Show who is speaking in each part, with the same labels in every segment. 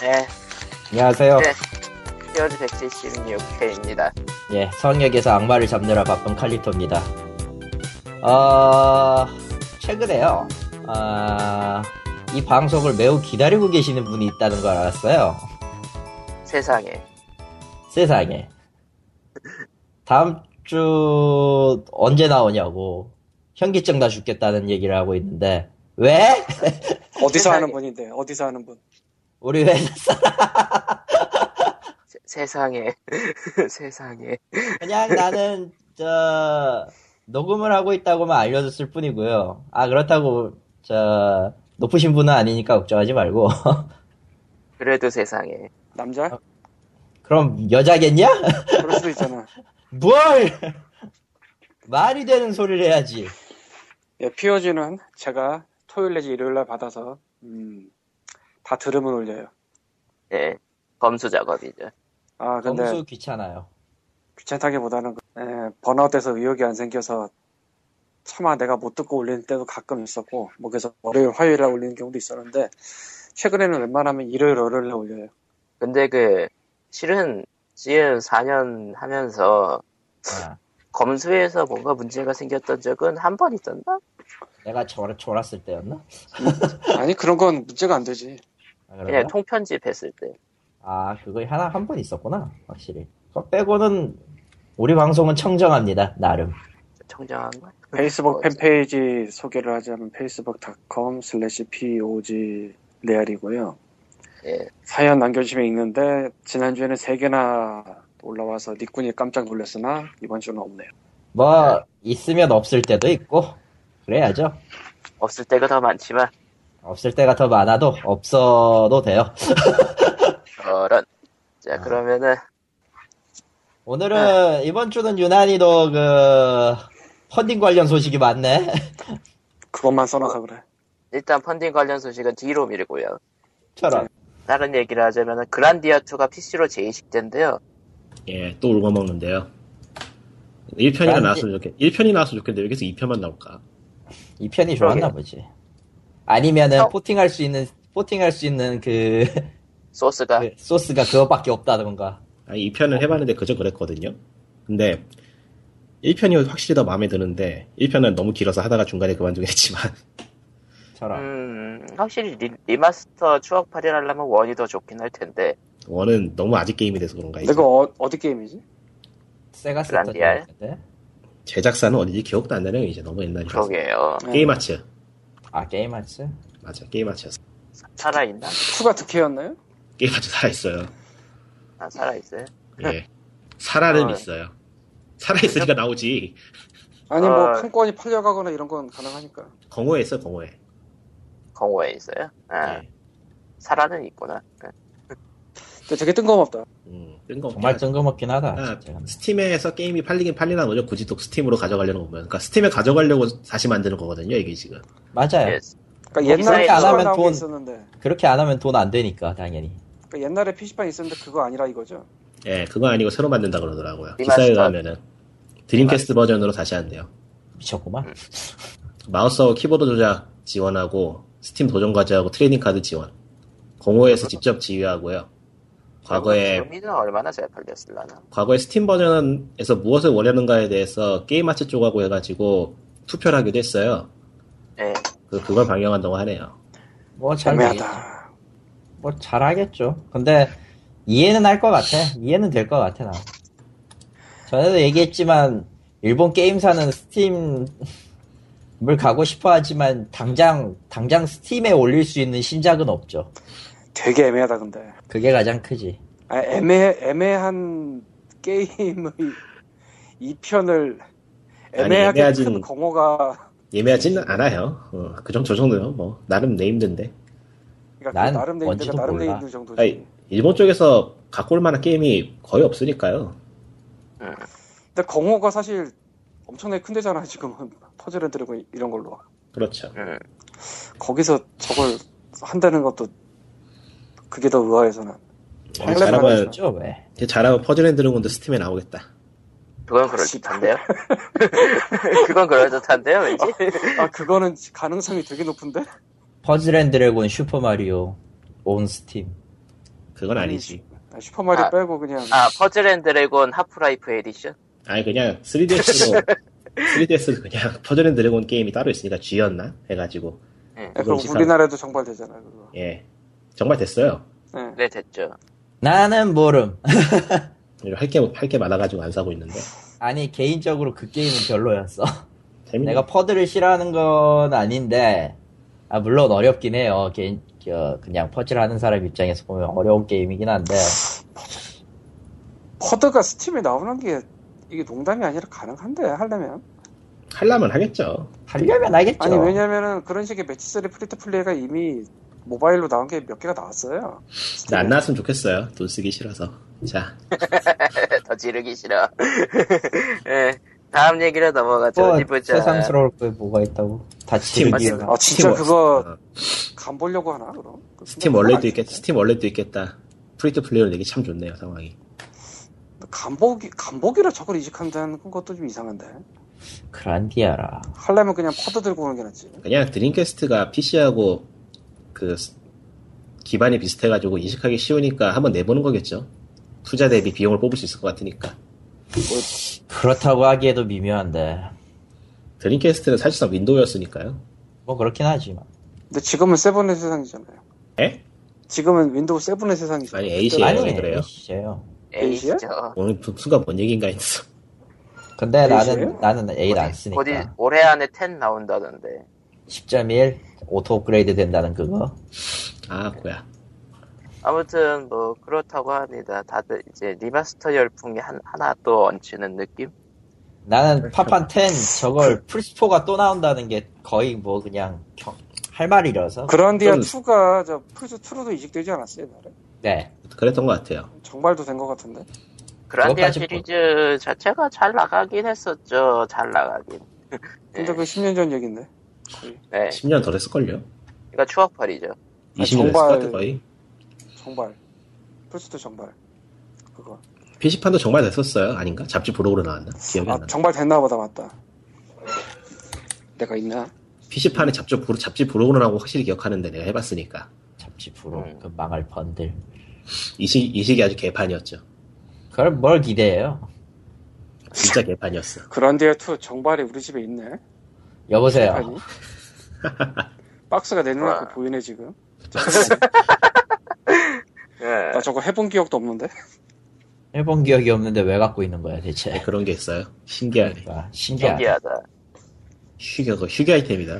Speaker 1: 네,
Speaker 2: 안녕하세요.
Speaker 1: 네. 히어즈 176회입니다.
Speaker 2: 예, 성역에서 악마를 잡느라 바쁜 칼리토입니다. 어, 최근에요. 아, 이 방송을 매우 기다리고 계시는 분이 있다는 걸 알았어요.
Speaker 1: 세상에.
Speaker 2: 세상에. 다음 주 언제 나오냐고 현기증 나 죽겠다는 얘기를 하고 있는데 왜?
Speaker 3: 어디서
Speaker 1: 세상에.
Speaker 3: 하는 분인데 어디서 하는 분
Speaker 2: 우리 회사
Speaker 1: 세, 세상에. 세상에.
Speaker 2: 그냥 나는 저 녹음을 하고 있다고만 알려줬을 뿐이고요. 아 그렇다고 저 높으신 분은 아니니까 걱정하지 말고.
Speaker 1: 그래도 세상에.
Speaker 3: 남자
Speaker 2: 그럼 여자겠냐?
Speaker 3: 그럴 수도 있잖아
Speaker 2: 뭘? 말이 되는 소리를 해야지.
Speaker 3: 예, POG는 제가 토요일 내지 일요일 날 받아서 음, 다 들으면 올려요
Speaker 1: 네. 검수 작업이죠.
Speaker 3: 아 근데
Speaker 2: 검수 귀찮아요.
Speaker 3: 귀찮다기보다는 그- 예, 번아웃돼서 의욕이 안 생겨서 차마 내가 못 듣고 올리는 때도 가끔 있었고 뭐 그래서 월요일 화요일 날 올리는 경우도 있었는데 최근에는 웬만하면 일요일 월요일 날 올려요
Speaker 1: 근데 그, 실은, 지은 4년 하면서,
Speaker 2: 아,
Speaker 1: 검수에서 뭔가 문제가 생겼던 적은 한 번 있었나?
Speaker 2: 내가 졸, 졸았을 때였나?
Speaker 3: 아니 그런 건 문제가 안 되지
Speaker 2: 아,
Speaker 1: 그냥
Speaker 3: 예,
Speaker 2: 그런가?
Speaker 1: 통편집 했을 때.
Speaker 2: 아 그거 하나 한 번 있었구나 확실히. 그거 빼고는 우리 방송은 청정합니다 나름.
Speaker 1: 청정한 거?
Speaker 3: 페이스북
Speaker 1: 뭐지?
Speaker 3: 팬페이지 소개를 하자면 facebook.com slash pog 레알이고요.
Speaker 1: 예.
Speaker 3: 사연 남겨주시면 읽는데 지난주에는 3개나 올라와서 니꾼이 깜짝 놀랐으나 이번 주는 없네요.
Speaker 2: 뭐 있으면 없을 때도 있고 그래야죠.
Speaker 1: 없을 때가 더 많지만,
Speaker 2: 없을 때가 더 많아도 없어도 돼요.
Speaker 1: 저런. 자,
Speaker 2: 아.
Speaker 1: 그러면은, 네.
Speaker 2: 오늘은 이번 주는 유난히도 그 펀딩 관련 소식이 많네.
Speaker 3: 그것만 써놔서 그래.
Speaker 1: 일단 펀딩 관련 소식은 뒤로 밀고요.
Speaker 2: 저런.
Speaker 1: 다른 얘기를 하자면 그란디아2가 PC로 제이식된데요.
Speaker 4: 예, 또 울고 먹는데요. 1편이
Speaker 2: 난-
Speaker 4: 나왔으면 좋겠, 1편이 나왔으면 좋겠는데, 왜 계속 2편만 나올까?
Speaker 2: 이 편이 좋았나
Speaker 1: 그러게.
Speaker 2: 보지. 아니면은
Speaker 1: 어.
Speaker 2: 포팅할 수 있는 포팅할 수 있는 그,
Speaker 1: 소스가
Speaker 3: 네.
Speaker 2: 그 소스가 그거밖에 없다던가.
Speaker 4: 아니,
Speaker 1: 어.
Speaker 4: 2편을 해봤는데 그저 그랬거든요. 근데, 1편이 확실히 더 마음에 드는데, 1편은 너무 길어서 하다가 중간에 그만두긴 했지만,
Speaker 2: 저런.
Speaker 1: 음, 확실히 리, 마스터 추억팔이를 하려면 원이 더 좋긴 할 텐데
Speaker 4: 원은 너무 아직 게임이 돼서 그런가, 이제.
Speaker 3: 근데 그 어, 어디 게임이지?
Speaker 2: 세가 세터
Speaker 1: 그란디알?
Speaker 2: 좋았는데.
Speaker 4: 제작사는 어디지 기억도 안 나네요, 이제. 너무 옛날이라서.
Speaker 1: 그러게요.
Speaker 4: 네. 게임아츠.
Speaker 2: 아 게임하츠?
Speaker 4: 맞아, 게임아츠였어.
Speaker 1: 살아있나?
Speaker 3: 2가 득해였나요?
Speaker 4: 게임아츠 살아있어요.
Speaker 1: 아, 살아있어요.
Speaker 4: 예. 살아는
Speaker 1: 어.
Speaker 4: 있어요. 살아있으니까 나오지.
Speaker 3: 아니 뭐
Speaker 1: 아.
Speaker 3: 판권이 팔려가거나 이런 건 가능하니까.
Speaker 4: 공호에 있어, 공호에.
Speaker 1: 공호에 있어요. 아,
Speaker 2: 네.
Speaker 4: 예.
Speaker 1: 살아는 있구나. 네.
Speaker 3: 근데 되게 뜬금없다.
Speaker 4: 음,
Speaker 1: 네.
Speaker 4: 뜬금없게.
Speaker 2: 정말 뜬금없긴 하다.
Speaker 4: 아,
Speaker 2: 진짜.
Speaker 4: 스팀에서 게임이 팔리긴 팔리나 보죠. 굳이 또 스팀으로 가져가려는 거면. 그러니까 스팀에 가져가려고 다시 만드는 거거든요, 이게 지금.
Speaker 2: 맞아요.
Speaker 1: 예.
Speaker 3: 그러니까 옛날에
Speaker 1: 이사에 안
Speaker 3: PC판
Speaker 2: 하면
Speaker 3: 나온 게
Speaker 2: 돈-
Speaker 3: 있었는데
Speaker 2: 그렇게 안 하면 돈 안 되니까 당연히.
Speaker 3: 그러니까 옛날에 PC판 있었는데 그거 아니라 이거죠.
Speaker 4: 예, 그거 아니고 새로 만든다 그러더라고요.
Speaker 1: 리마스터.
Speaker 4: 기사에 가면은. 드림캐스트 버전으로 다시 한대요.
Speaker 1: 음.
Speaker 2: 미쳤구만.
Speaker 4: 마우스하고 키보드 조작 지원하고, 스팀 도전 과제하고 트레이닝 카드 지원. 공호에서 직접 지휘하고요. 과거에,
Speaker 1: 미는 얼마나 잘 팔렸을라나.
Speaker 4: 과거에 스팀 버전에서 무엇을 원하는가에 대해서 게임아츠 쪽하고 해가지고 투표를 하기도 했어요.
Speaker 1: 예.
Speaker 4: 그, 그걸 방영한다고 하네요.
Speaker 2: 뭐잘
Speaker 3: 애매하다.
Speaker 2: 뭐 잘하겠죠. 근데 이해는 할 것 같아. 이해는 될 것 같아 나. 전에도 얘기했지만 일본 게임사는 스팀을 가고 싶어하지만 당장 당장 스팀에 올릴 수 있는 신작은 없죠.
Speaker 3: 되게 애매하다 근데.
Speaker 2: 그게 가장 크지.
Speaker 3: 아, 애매, 애매한 게임의 이편을
Speaker 4: 아니,
Speaker 3: 애매하게
Speaker 4: 애매하진-
Speaker 3: 큰 공허가
Speaker 4: 예매하지는 않아요. 어, 그 정도, 저 정도요. 뭐, 나름 네임드인데.
Speaker 3: 그러니까
Speaker 2: 난
Speaker 3: 그 나름 내
Speaker 2: 뭔지도
Speaker 3: 힘들가 나름 내
Speaker 2: 몰라.
Speaker 3: 힘들 정도지.
Speaker 4: 아니, 일본 쪽에서 갖고 올 만한 게임이 거의 없으니까요.
Speaker 3: 근데 공허가 사실 엄청나게 큰 데잖아 지금은 퍼즐앤드래곤 이- 이런 걸로
Speaker 4: 그렇죠.
Speaker 1: 음.
Speaker 3: 거기서 저걸 한다는 것도 그게 더 의아해서 는 원래
Speaker 4: 아니, 음, 잘하면,
Speaker 3: 말이죠.
Speaker 2: 죠 왜?
Speaker 4: 이제 잘하면 퍼즐앤드래곤도 스팀에 나오겠다.
Speaker 1: 그건 그럴 듯한데요. 그건 그럴 듯한데요, 왠지.
Speaker 2: 어.
Speaker 3: 아 그거는 가능성이 되게 높은데
Speaker 2: 퍼즐 앤 드래곤 슈퍼 마리오 온 스팀.
Speaker 4: 그건 아니지.
Speaker 3: 아, 슈퍼마리오
Speaker 1: 아.
Speaker 3: 빼고 그냥
Speaker 1: 아, 퍼즐 앤 드래곤 하프라이프 에디션?
Speaker 4: 아니 그냥 3DS로 3DS로 그냥 퍼즐앤 드래곤 게임이 따로 있으니까 G였나 해가지고
Speaker 3: 예, 그럼
Speaker 4: 음식하고.
Speaker 3: 우리나라에도 정발되잖아요. 그거.
Speaker 4: 예 정말 됐어요.
Speaker 3: 예.
Speaker 1: 네, 됐죠.
Speaker 2: 나는 모름.
Speaker 4: 할게할 게 많아가지고 안 사고 있는데
Speaker 2: 아니, 개인적으로 그 게임은 별로였어.
Speaker 4: 재밌네.
Speaker 2: 내가 퍼드를 싫어하는 건 아닌데, 아, 물론 어렵긴 해요. 개인, 저, 그냥 퍼즐 하는 사람 입장에서 보면 어려운 게임이긴 한데,
Speaker 3: 퍼드가 스팀에 나오는 게 이게 농담이 아니라 가능한데 하려면
Speaker 4: 하려면 하겠죠.
Speaker 2: 하려면 하겠죠.
Speaker 3: 아니 왜냐면은 그런 식의 매치3 프리트 플레이가 이미 모바일로 나온 게 몇 개가 나왔어요.
Speaker 4: 근데 안 나왔으면 좋겠어요. 돈 쓰기 싫어서. 자
Speaker 1: 더 지르기 싫어. 예, 다음 얘기로 넘어가죠.
Speaker 2: 뭐,
Speaker 1: 어디 보자.
Speaker 2: 세상스러울 게 뭐가 있다고. 다
Speaker 4: 스팀
Speaker 2: 지르기가.
Speaker 3: 아 진짜
Speaker 4: 스팀
Speaker 3: 그거 간 보려고 하나 그럼?
Speaker 4: 스팀
Speaker 2: 뭐
Speaker 4: 원래도 있겠 스팀 원래도 있겠다. 프리트 플레이어 얘기 참 좋네요 상황이.
Speaker 3: 간보기 간보기로 저걸 이식한다는 것도 좀 이상한데.
Speaker 2: 그란디아라.
Speaker 3: 하려면 그냥 퍼드 들고 오는 게 낫지.
Speaker 4: 그냥 드림캐스트가 PC하고 그 스- 기반이 비슷해가지고 인식하기 쉬우니까 한번 내보는 거겠죠. 투자 대비 비용을 뽑을 수 있을 것 같으니까.
Speaker 2: 그렇다고 하기에도 미묘한데.
Speaker 4: 드림캐스트는 사실상 윈도우였으니까요.
Speaker 2: 뭐 그렇긴 하지만.
Speaker 3: 근데 지금은 세븐의 세상이잖아요.
Speaker 4: 에?
Speaker 3: 지금은 그러니까 윈도우 세븐의 세상이죠.
Speaker 4: 아니, 에이시예요.
Speaker 3: 아니,
Speaker 4: 왜 그래요?
Speaker 2: A씨예요.
Speaker 1: 에이시죠.
Speaker 4: 오늘 부- 순간 뭔 얘기인가 했어.
Speaker 2: 근데
Speaker 3: A씨예요?
Speaker 2: 나는, 나는 A 안 쓰니까.
Speaker 1: 곧 이- 올해 안에 10 나온다던데.
Speaker 2: 10.1 오토 업그레이드 된다는 그거.
Speaker 4: 아, 뭐야.
Speaker 1: 아무튼 뭐 그렇다고 합니다. 다들 이제 리마스터 열풍이 한, 하나 또 얹히는 느낌?
Speaker 4: 그렇죠.
Speaker 2: 나는 파판 10
Speaker 4: 그
Speaker 2: 저걸 플스4가 또 나온다는 게 거의 뭐 그냥 겨- 할 말이라서.
Speaker 3: 그란디아
Speaker 4: 좀-
Speaker 3: 2가 저 프리즈 2로도 이식되지 않았어요, 나를.
Speaker 2: 네.
Speaker 4: 그랬던 것 같아요.
Speaker 3: 정발도 된 것 같은데.
Speaker 1: 그란디아
Speaker 2: 그것까지 뭐-
Speaker 1: 시리즈 자체가 잘 나가긴 했었죠. 잘 나가긴.
Speaker 4: 예.
Speaker 3: 근데 그 10년 전 얘긴데. 거의.
Speaker 1: 네.
Speaker 4: 10년 더 됐을걸요?
Speaker 1: 그러니까 추억팔이죠.
Speaker 3: 아,
Speaker 4: 20년 됐을 것
Speaker 3: 정말-
Speaker 4: 같아, 거의.
Speaker 3: 정발. 프리즈 2 정발. 그거.
Speaker 4: PC판도 정말 됐었어요. 아닌가? 잡지 브로그로 나왔나? 기억이 안
Speaker 3: 아,
Speaker 4: 나.
Speaker 3: 정발 됐나 보다, 맞다. 내가 있나?
Speaker 4: PC판에 잡지, 브로, 잡지 브로그로 나온 거 확실히 기억하는데 내가 해봤으니까.
Speaker 2: 잡지 프로.
Speaker 1: 음.
Speaker 2: 그 망할 번들.
Speaker 4: 이식, 이식이 아주 개판이었죠.
Speaker 2: 그걸 뭘 기대해요?
Speaker 4: 진짜 개판이었어.
Speaker 3: 그란디아 2 정발이 우리 집에 있네. 아니.
Speaker 2: 여보세요.
Speaker 3: 박스가 내
Speaker 1: 와.
Speaker 3: 눈앞에 보이네, 지금.
Speaker 1: 네.
Speaker 3: 나 저거 해본 기억도 없는데.
Speaker 2: 일본 기억이 없는데 왜 갖고 있는 거야 대체?
Speaker 4: 네, 그런 게 있어요. 신기하네.
Speaker 2: 그러니까 신기하다.
Speaker 1: 신기하다.
Speaker 4: 휴게, 그거 휴게 아이템이다.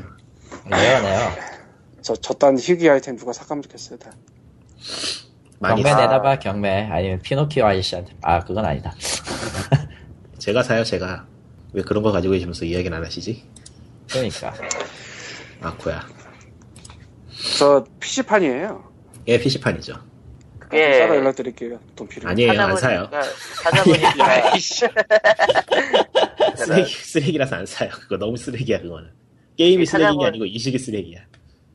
Speaker 2: 레어네요.
Speaker 3: 저, 저딴 희귀 아이템 누가 삭감 좋겠어요, 다.
Speaker 4: 많이
Speaker 2: 경매
Speaker 4: 사.
Speaker 2: 내다봐 경매. 아니면 피노키오 아저씨한테. 아 그건 아니다.
Speaker 4: 제가 사요, 제가. 왜 그런 거 가지고 계시면서 이야기는 안 하시지?
Speaker 2: 그러니까.
Speaker 4: 아쿠야.
Speaker 3: 저 PC판이에요.
Speaker 4: 예, PC판이죠.
Speaker 1: 그게
Speaker 3: 따로 연락드릴게요. 돈 필요.
Speaker 2: 예,
Speaker 4: 아니에요, 안 사요.
Speaker 1: 찾아보니까
Speaker 4: 쓰레기, 쓰레기라서 안 사요. 그거 너무 쓰레기야, 그거는. 게임이
Speaker 1: 이게
Speaker 4: 쓰레기인 게
Speaker 1: 찾아보-
Speaker 4: 아니고 이식이 쓰레기야.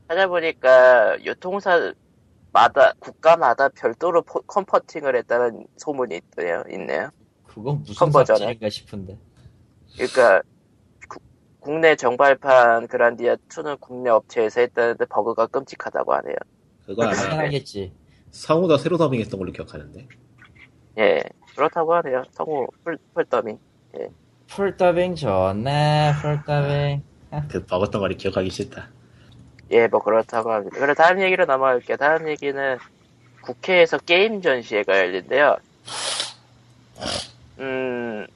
Speaker 1: 찾아보니까 유통사마다 국가마다 별도로 포- 컴퍼팅을 했다는 소문이 있네요. 있네요.
Speaker 2: 그건 무슨
Speaker 1: 컨버전에?
Speaker 2: 삽질인가 싶은데.
Speaker 1: 그러니까 구- 국내 정발판 그란디아 2는 국내 업체에서 했다는데 버그가 끔찍하다고 하네요.
Speaker 4: 그거 아마
Speaker 2: 당연하겠지.
Speaker 4: 성우가 새로 더빙했던 걸로 기억하는데.
Speaker 1: 예, 그렇다고 하네요. 성우 풀, 풀더밍.
Speaker 2: 풀더빙 좋네. 풀더빙.
Speaker 4: 그 먹었던 거를 기억하기 싫다.
Speaker 1: 예, 뭐 그렇다고 합니다. 그럼 다음 얘기로 넘어갈게요. 다음 얘기는 국회에서 게임 전시회가 열린대요. 음,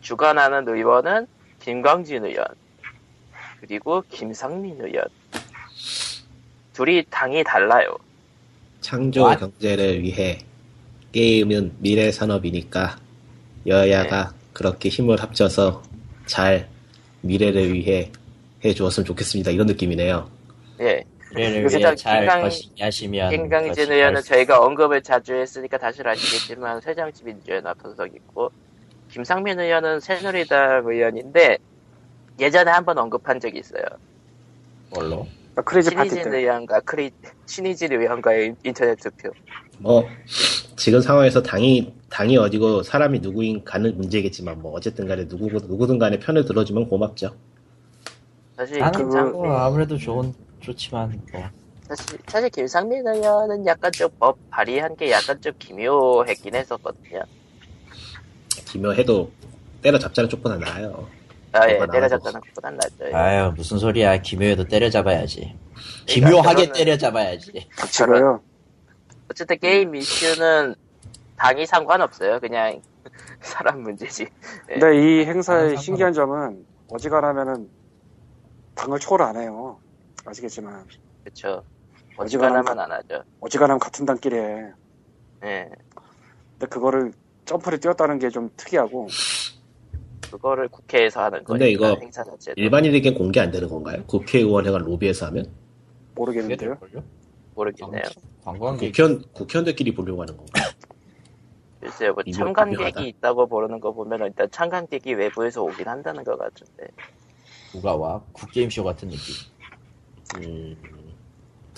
Speaker 1: 주관하는 의원은 김광진 의원, 그리고 김상민 의원. 둘이 당이 달라요.
Speaker 4: 창조
Speaker 2: What?
Speaker 4: 경제를 위해 게임은 미래 산업이니까 여야가 그렇게 힘을 합쳐서 잘 미래를 위해 해 주었으면 좋겠습니다. 이런 느낌이네요.
Speaker 1: 예,
Speaker 2: 미래를
Speaker 1: 그래서
Speaker 2: 위해 잘
Speaker 1: 김강-
Speaker 2: 거시기 하시면
Speaker 1: 김강진
Speaker 2: 거시기
Speaker 1: 의원은
Speaker 2: 할 수-
Speaker 1: 저희가 언급을 자주 했으니까 다시 아시겠지만 새정치민주연합 소속 있고 김상민 의원은 새누리당 의원인데 예전에 한번 언급한 적이 있어요.
Speaker 2: 뭘로?
Speaker 3: 아, 크레이지 파티
Speaker 1: 신희진
Speaker 3: 때.
Speaker 1: 의원과 크리 신희진 의원과의 인- 인터넷 투표.
Speaker 4: 뭐 지금 상황에서 당이 당이 어디고 사람이 누구인 가는 문제겠지만 뭐 어쨌든 간에 누구 누구든 간에 편을 들어주면 고맙죠.
Speaker 1: 사실
Speaker 3: 그
Speaker 2: 나는 아-
Speaker 1: 김상, 네.
Speaker 2: 그거 아무래도 좋은 좋지만 뭐.
Speaker 1: 사실, 사실 김상민 의원은 약간 좀 법 발의한 게 약간 좀 기묘했긴 했었거든요.
Speaker 5: 기묘해도 때려잡자는 쪽보다 나아요.
Speaker 1: 아, 예,
Speaker 5: 그건
Speaker 1: 내가
Speaker 5: 알아서.
Speaker 1: 잡다는 것보단 낫죠.
Speaker 3: 네.
Speaker 1: 예.
Speaker 2: 아유 무슨 소리야 기묘해도 때려잡아야지 기묘하게
Speaker 1: 결론은-
Speaker 2: 때려잡아야지
Speaker 3: 그 제가요.
Speaker 1: 어쨌든 게임 이슈는 당이 상관없어요. 그냥 사람 문제지. 예.
Speaker 3: 근데 이 행사의
Speaker 2: 아,
Speaker 3: 네. 신기한 점은 어지간하면은 당을 초월 안 해요. 아시겠지만
Speaker 1: 그쵸.
Speaker 3: 어지간하면
Speaker 1: 어지간하면 안 하죠.
Speaker 3: 어지간하면 같은 당끼리 해.
Speaker 1: 예.
Speaker 3: 근데 그거를 점프를 뛰었다는 게 좀 특이하고
Speaker 1: 그거를 국회에서 하는 거니까
Speaker 5: 근데 이거
Speaker 1: 행사 자체도
Speaker 5: 일반인에게 공개 안 되는 건가요? 국회의원회가 로비에서 하면?
Speaker 3: 모르겠는데요.
Speaker 1: 모르겠네요.
Speaker 5: 어,
Speaker 2: 광고한 게
Speaker 5: 국회의원, 국회의원들끼리 보려고 하는 건가요?
Speaker 1: 글쎄요, 뭐
Speaker 5: 이거
Speaker 1: 참관객이
Speaker 5: 분명하다.
Speaker 1: 있다고 보는 거 보면 일단 참관객이 외부에서 오긴 한다는 것 같은데.
Speaker 2: 누가 와 국게임쇼 같은 느낌
Speaker 5: 음,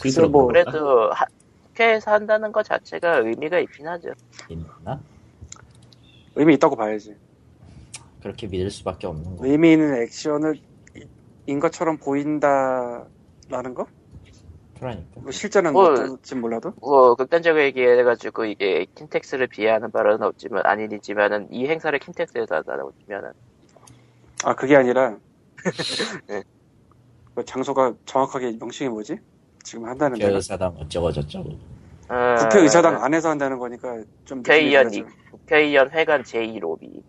Speaker 3: 글쎄, 뭐,
Speaker 5: 그래도 그런가?
Speaker 1: 그래도 하- 국회에서 한다는 것 자체가 의미가 있긴 하죠.
Speaker 2: 있나?
Speaker 3: 의미 있다고 봐야지.
Speaker 2: 그렇게 믿을 수밖에 없는 거
Speaker 3: 의미 있는 액션을 이- 인 것처럼 보인다라는 거?
Speaker 2: 그러니까
Speaker 3: 뭐 실제는
Speaker 1: 뭘.
Speaker 3: 어떨지 몰라도
Speaker 1: 뭐 극단적으로 얘기해가지고 이게 킨텍스를 비하하는 발언은 없지만 아니지만은 이 행사를 킨텍스에서 한다고 치면은
Speaker 3: 아 그게 아니라
Speaker 1: 네.
Speaker 3: 그 장소가 정확하게 명칭이 뭐지? 지금 한다는 데가
Speaker 2: 그 교사당 어쩌고 저쩌고
Speaker 3: 그
Speaker 1: 어,
Speaker 3: 국회의사당 안에서 한다는 거니까 좀 느낌이
Speaker 1: 국회의원
Speaker 3: 다르죠.
Speaker 1: 국회의원 회관 제2 로비.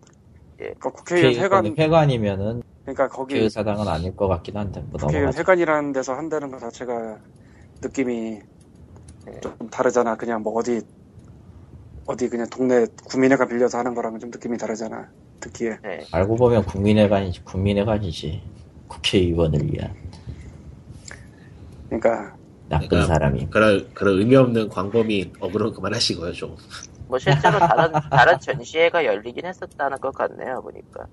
Speaker 3: 그러니까 국회의원
Speaker 2: 회관...
Speaker 3: 회관
Speaker 2: 회관이면은
Speaker 3: 그러니까 거기 그
Speaker 2: 교사당은 아닐 것 같긴 한데 뭐
Speaker 3: 국회의원
Speaker 2: 넘어가자
Speaker 3: 회관이라는 데서 한다는 것 자체가 느낌이 좀 다르잖아. 그냥 뭐 어디 어디 그냥 동네 구민회가 빌려서 하는 거랑은 좀 느낌이 다르잖아. 듣기에
Speaker 1: 네.
Speaker 2: 알고 보면 국민회관이지 국민회관이지 국회의원을 위한
Speaker 3: 그러니까
Speaker 2: 나쁜
Speaker 5: 그러니까
Speaker 2: 사람이
Speaker 5: 그런, 그런 의미 없는 광범위 어그로 그만하시고요, 좀.
Speaker 1: 뭐 실제로 다른 다른 전시회가 열리긴 했었다는 것 같네요 보니까.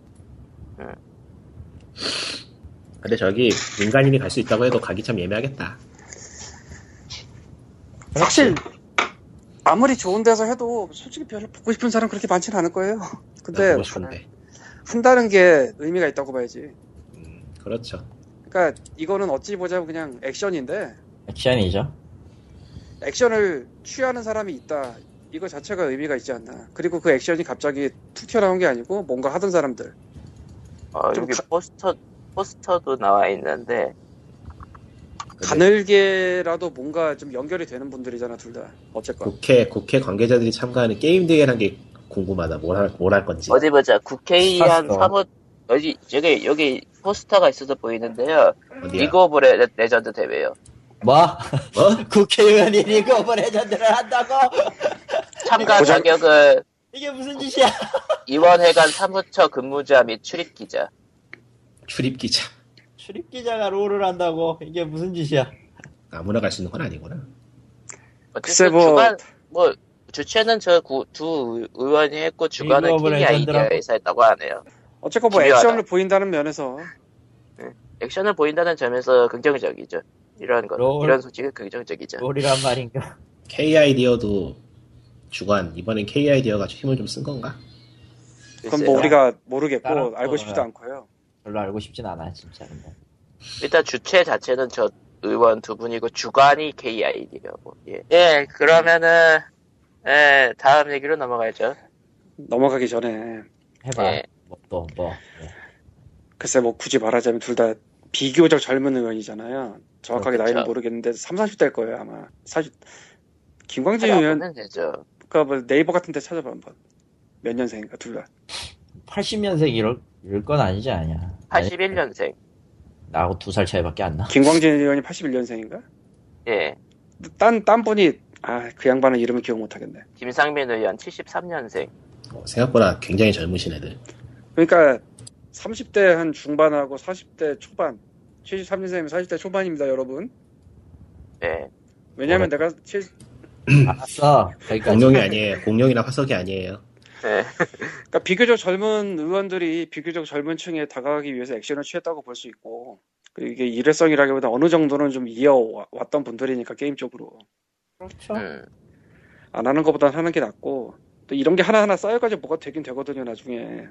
Speaker 5: 근데 저기 민간인이 갈 수 있다고 해도 가기 참 애매하겠다.
Speaker 3: 사실 아무리 좋은 데서 해도 솔직히 별로 보고 싶은 사람 그렇게 많지는 않을 거예요.
Speaker 5: 나
Speaker 3: 근데
Speaker 5: 보고 싶은데.
Speaker 3: 한다는 게 의미가 있다고 봐야지.
Speaker 5: 음, 그렇죠.
Speaker 3: 그러니까 이거는 어찌 보자면 그냥 액션인데
Speaker 2: 아, 액션이죠
Speaker 3: 액션을 취하는 사람이 있다. 이거 자체가 의미가 있지 않나. 그리고 그 액션이 갑자기 툭 튀어나온 게 아니고 뭔가 하던 사람들.
Speaker 1: 어,
Speaker 3: 좀
Speaker 1: 여기
Speaker 3: 가-
Speaker 1: 포스터 포스터도 나와 있는데
Speaker 5: 근데
Speaker 3: 가늘게라도 뭔가 좀 연결이 되는 분들이잖아, 둘 다.
Speaker 1: 그
Speaker 3: 어쨌건.
Speaker 5: 국회, 국회 관계자들이 참가하는 게임 대회란 게 궁금하다. 뭘 할, 뭘 할 건지.
Speaker 1: 어디 보자 국회의원
Speaker 2: 포스터.
Speaker 1: 사무 여기 여기 여기 포스터가 있어서 보이는데요.
Speaker 5: 어디야?
Speaker 1: 리그 오브 레, 레전드 대회요.
Speaker 2: 뭐?
Speaker 5: 뭐?
Speaker 2: 국회의원이 리그 오브 레전드를 한다고?
Speaker 1: 참가
Speaker 3: 고작-
Speaker 1: 자격은
Speaker 2: 이게 무슨 짓이야
Speaker 1: 이원회관 사무처 근무자 및 출입 기자.
Speaker 5: 출입 기자.
Speaker 2: 출입기자가 롤을 한다고 이게 무슨 짓이야
Speaker 5: 아무나 갈 수 있는 건 아니구나.
Speaker 1: 어쨌든
Speaker 3: 글쎄, 뭐-
Speaker 1: 주관 뭐 주최는 저 두 의원이 했고 주관은
Speaker 2: 리그 오브
Speaker 1: 킹이
Speaker 2: 레전드라고.
Speaker 1: 아이디어에서 했다고 하네요.
Speaker 3: 어쨌건 뭐
Speaker 1: 기묘하다.
Speaker 3: 액션을 보인다는 면에서
Speaker 1: 액션을 보인다는 점에서 긍정적이죠. 이런 거
Speaker 2: 롤.
Speaker 1: 이런 소식은 긍정적이죠.
Speaker 2: 롤이란 말인가
Speaker 5: K 아이디어도 주관 이번엔 K 아이디어가 힘을 좀 쓴 건가?
Speaker 3: 그건
Speaker 1: 글쎄요.
Speaker 3: 뭐 우리가 모르겠고
Speaker 2: 다른 거,
Speaker 3: 알고 싶지도
Speaker 1: 예.
Speaker 2: 네.
Speaker 3: 않고요.
Speaker 2: 별로 알고 싶진 않아 진짜 근데
Speaker 1: 일단 주최 자체는 저 의원 두 분이고 주관이 KID라고. 예. 예, 그러면은 예, 다음 얘기로 넘어가야죠.
Speaker 3: 넘어가기 전에
Speaker 2: 해봐
Speaker 1: 예.
Speaker 2: 뭐또뭐 예.
Speaker 3: 글쎄 뭐 굳이 말하자면 둘 다 비교적 젊은 의원이잖아요. 정확하게
Speaker 1: 그렇죠.
Speaker 3: 나이는 모르겠는데 3, 40대일 거예요 아마. 사실 김광진 의원
Speaker 1: 찾아보면 되죠.
Speaker 3: 그뭐 네이버 같은 데 찾아봐 한번. 몇 년생인가 둘 다.
Speaker 2: 80년생 이럴 이럴 건 아니지 아니야
Speaker 1: 81년생.
Speaker 2: 나하고 두 살 차이밖에 안나
Speaker 3: 김광진 의원이 81년생인가?
Speaker 1: 예.
Speaker 3: 딴, 딴 분이 아 그 양반은 이름을 기억 못하겠네.
Speaker 1: 김상민 의원 73년생.
Speaker 5: 어, 생각보다 굉장히 젊으신 애들.
Speaker 3: 그러니까 30대 한 중반하고 40대 초반 73년생이면 40대 초반입니다 여러분.
Speaker 1: 예.
Speaker 3: 왜냐면 내가 7
Speaker 2: 알았어 거기까지
Speaker 5: 공룡이 아니에요. 공룡이나 화석이 아니에요.
Speaker 1: 예.
Speaker 3: 그러니까 비교적 젊은 의원들이 비교적 젊은 층에 다가가기 위해서 액션을 취했다고 볼 수 있고 그리고 이게 일회성이라기보다 어느 정도는 좀 이어왔던 분들이니까 게임 쪽으로
Speaker 2: 그렇죠
Speaker 1: 음.
Speaker 3: 안 하는 것보단 하는 게 낫고 또 이런 게 하나하나 쌓여가지고 뭐가 되긴 되거든요 나중에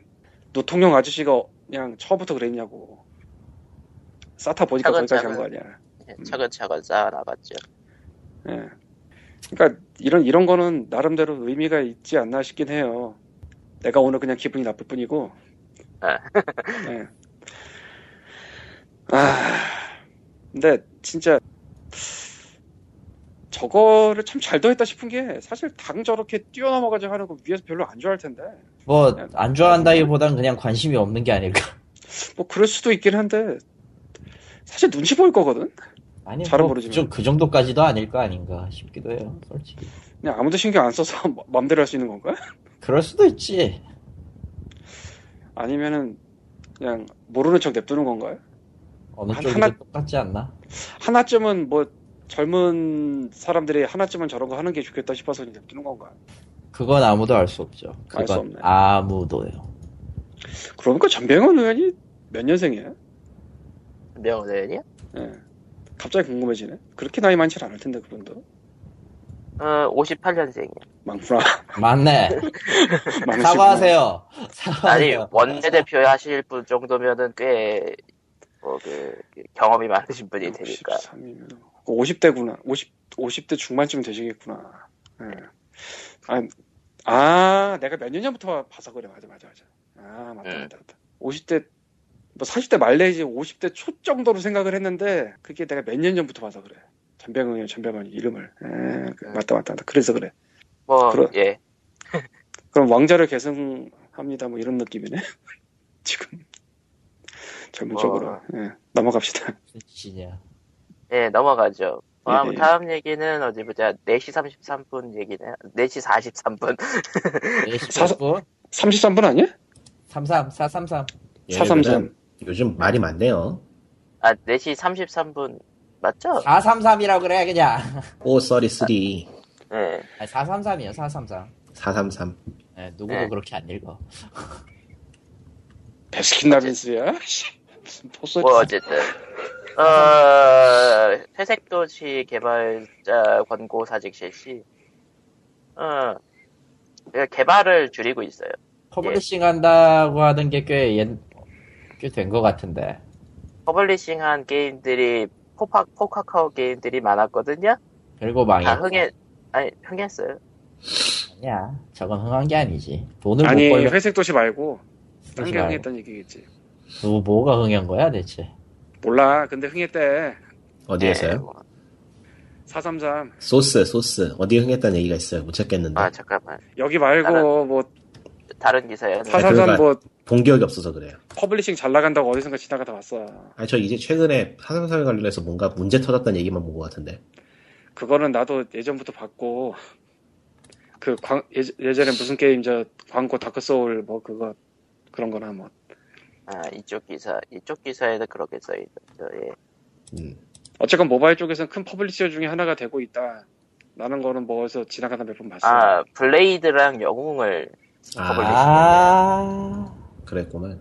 Speaker 3: 노통령 아저씨가 그냥 처음부터 그랬냐고 쌓다 보니까 거기까지 간
Speaker 1: 차근차근.
Speaker 3: 거 아니야
Speaker 1: 예, 차근차근 쌓아나갔죠.
Speaker 3: 예. 그러니까 이런 이런 거는 나름대로 의미가 있지 않나 싶긴 해요. 내가 오늘 그냥 기분이 나쁠 뿐이고.
Speaker 1: 아.
Speaker 3: 예. 아. 근데 진짜 저거를 참 잘 더했다 싶은 게 사실 당 저렇게 뛰어넘어가지고 하는 거 위에서 별로 안 좋아할 텐데.
Speaker 2: 뭐 안 좋아한다기보단 그냥 관심이 없는 게 아닐까.
Speaker 3: 뭐 그럴 수도 있긴 한데 사실 눈치 보일 거거든.
Speaker 2: 아니
Speaker 3: 잘은
Speaker 2: 뭐
Speaker 3: 모르지만.
Speaker 2: 좀 그 정도까지도 아닐 거 아닌가 싶기도 해요. 솔직히.
Speaker 3: 그냥 아무도 신경 안 써서 마- 마음대로 할 수 있는 건가?
Speaker 2: 그럴 수도 있지.
Speaker 3: 아니면은 그냥 모르는 척 냅두는 건가요?
Speaker 2: 어느
Speaker 3: 한-
Speaker 2: 쪽이든
Speaker 3: 하나-
Speaker 2: 똑같지 않나?
Speaker 3: 하나쯤은 뭐 젊은 사람들이 하나쯤은 저런 거 하는 게 좋겠다 싶어서 그냥 냅두는 건가?
Speaker 2: 그건 아무도 알 수 없죠.
Speaker 3: 알수
Speaker 2: 그건
Speaker 3: 없네.
Speaker 2: 아무도요.
Speaker 3: 그러니까 전병헌 의원이 몇 년생이에요?
Speaker 1: 명의원이요?
Speaker 3: 예. 갑자기 궁금해지네. 그렇게 나이 많지 않을 텐데 그분도
Speaker 1: 어, 58년생이요.
Speaker 3: 많구나.
Speaker 2: 맞네.
Speaker 3: 많으시구나.
Speaker 2: 사과하세요.
Speaker 1: 아니,
Speaker 2: 사과하세요.
Speaker 1: 원내대표 하실 분 정도면은 꽤, 뭐, 그, 그 경험이 많으신
Speaker 3: 네,
Speaker 1: 분이 되니까.
Speaker 3: 63이면 50대구나. 50 50대 중반쯤 되시겠구나. 예. 아, 아, 내가 몇 년 전부터 봐서 그래. 맞아, 맞아, 맞아. 아, 맞다,
Speaker 1: 음.
Speaker 3: 맞다, 맞다. 50대 뭐 40대 말내 이제 50대 초 정도로 생각을 했는데 그게 내가 몇 년 전부터 봐서 그래. 전병훈이 전병헌이 이름을. 예, 그- 맞다, 맞다, 맞다. 그래서 그래.
Speaker 1: 뭐,
Speaker 3: 그러-
Speaker 1: 예.
Speaker 3: 그럼 왕자를 계승합니다. 뭐 이런 느낌이네. 지금 젊은
Speaker 1: 뭐.
Speaker 3: 쪽으로. 예, 넘어갑시다.
Speaker 2: 진짜.
Speaker 1: 예, 넘어가죠. 뭐,
Speaker 3: 예,
Speaker 1: 아무-
Speaker 3: 예.
Speaker 1: 다음 얘기는 어디 보자. 4시 33분 얘기네. 4시 43분.
Speaker 2: 그 4 분?
Speaker 3: 33분 아니야?
Speaker 2: 33, 433.
Speaker 5: 예,
Speaker 3: 433.
Speaker 5: 요즘 말이 많네요.
Speaker 1: 아, 4시 33분. 맞죠?
Speaker 2: 433이라고 그래, 그냥.
Speaker 5: 533,
Speaker 1: 예.
Speaker 2: 아니, 433이에요, 433.
Speaker 5: 433.
Speaker 2: 네, 누구도
Speaker 1: 네.
Speaker 2: 그렇게 안 읽어.
Speaker 3: 베스킨 라빈스야? 무슨 포스터.
Speaker 1: 뭐 어쨌든 어 회색도시 개발자 권고 사직 실시 어 예, 개발을 줄이고 있어요
Speaker 2: 퍼블리싱 한다고 하던 게꽤꽤된 것 같은데.
Speaker 1: 퍼블리싱한 게임들이 포파 포카카오 게임들이 많았거든요
Speaker 2: 그리고 망해.
Speaker 1: 다 흥해 아니 흥했어요
Speaker 2: 아니야. 저건 흥한 게 아니지. 돈을
Speaker 3: 아니
Speaker 2: 못 벌면
Speaker 3: 회색 도시 말고 딴
Speaker 2: 흥하지
Speaker 3: 게
Speaker 2: 말고.
Speaker 3: 흥했던 얘기겠지.
Speaker 2: 뭐, 뭐가 흥한 거야, 대체?
Speaker 3: 몰라. 근데 흥했대.
Speaker 1: 예,
Speaker 5: 어디에서요?
Speaker 1: 뭐.
Speaker 3: 433
Speaker 5: 소스, 소스. 어디 흥했다는 얘기가 있어요. 못 찾겠는데.
Speaker 1: 아 잠깐만
Speaker 3: 여기 말고
Speaker 1: 나는- 네,
Speaker 3: 뭐
Speaker 1: 다른 기사야
Speaker 3: 433 뭐
Speaker 5: 본 기억이 없어서 그래요.
Speaker 3: 퍼블리싱 잘 나간다고 어디선가 지나가다 봤어.
Speaker 5: 아, 저 이제 최근에 433에 관련해서 뭔가 문제 터졌다는 얘기만 본 것 같은데.
Speaker 3: 그거는 나도 예전부터 봤고 그 광, 예, 전에 무슨 게임 저 광고 다크 소울 뭐 그거 그런 거나 뭐
Speaker 1: 아 이쪽 기사 이쪽 기사에는 그렇게 써있죠 예.
Speaker 5: 음.
Speaker 3: 어쨌건 모바일 쪽에서는 큰 퍼블리셔 중에 하나가 되고 있다. 라는 거는 뭐 어디서 지나가다 몇 번 봤어.
Speaker 1: 아 블레이드랑 영웅을
Speaker 5: 아,
Speaker 1: 퍼블리싱.
Speaker 2: 아,
Speaker 5: 그랬구만.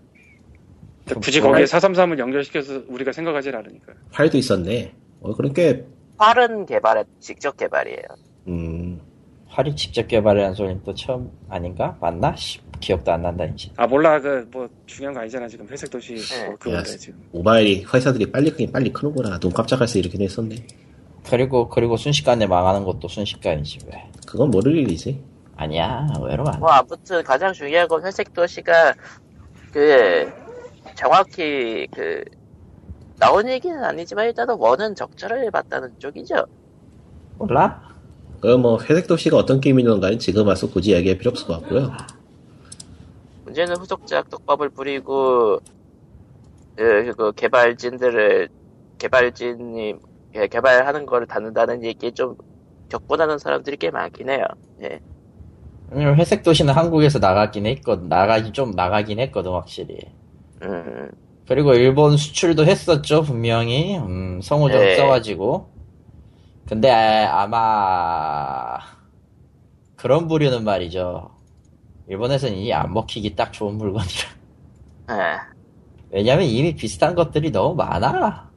Speaker 3: 근데 굳이 거기에 433을 연결시켜서 우리가 생각하질 않으니까.
Speaker 5: 활도 있었네. 어, 그럼 꽤,
Speaker 1: 빠른 개발에 직접 개발이에요
Speaker 5: 음,
Speaker 2: 활이 직접 개발이라는 소리는 또 처음 아닌가? 맞나? 씨, 기억도 안 난다, 이제.
Speaker 3: 아 몰라 그 뭐 중요한 거 아니잖아 지금 회색 도시 뭐 그건데
Speaker 5: 예.
Speaker 3: 지금
Speaker 5: 모바일이, 회사들이 빨리 크긴 빨리 크는구나. 눈 깜짝할새 이렇게 됐었네.
Speaker 2: 그리고, 그리고 순식간에 망하는 것도 순식간이지, 왜.
Speaker 5: 그건 모를 일이지.
Speaker 2: 아니야, 외로 안.
Speaker 1: 뭐 아무튼 가장 중요한 건 회색 도시가 그 정확히 그 나온 얘기는 아니지만 일단은 원은 적절을 봤다는 쪽이죠.
Speaker 2: 몰라?
Speaker 5: 그, 뭐, 회색도시가 어떤 게임이던가는 지금 와서 굳이 얘기할 필요 없을 것 같고요.
Speaker 1: 문제는 후속작 떡밥을 뿌리고 그, 그 개발진들을 개발진이 예, 개발하는 거를 닫는다는 얘기에 좀 격분하는 사람들이 꽤 많긴 해요. 예.
Speaker 2: 왜냐면 회색 도시는 한국에서 나가긴 했거든. 나가긴 좀 나가긴 했거든, 확실히.
Speaker 1: 음,
Speaker 2: 그리고 일본 수출도 했었죠, 분명히. 음, 성우도
Speaker 1: 네.
Speaker 2: 써가지고. 근데 아, 아마 그런 부류는 말이죠. 일본에서는 이안 먹히기 딱 좋은 물건이라.
Speaker 1: 예.
Speaker 2: 왜냐면 이미 비슷한 것들이 너무 많아.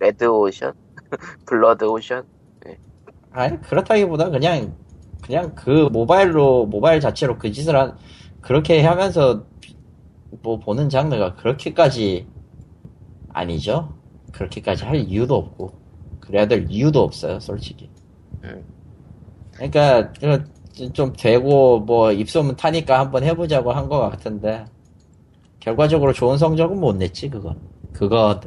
Speaker 1: 레드 오션, 블러드 오션.
Speaker 2: 아니 그렇다기보다 그냥 그냥 그 모바일로 모바일 자체로 그 짓을 한 그렇게 하면서 비- 뭐 보는 장르가 그렇게까지 아니죠. 그렇게까지 할 이유도 없고 그래야 될 이유도 없어요, 솔직히. 그러니까 그, 좀 되고 뭐 입소문 타니까 한번 해보자고 한 것 같은데 결과적으로 좋은 성적은 못 냈지 그건 그거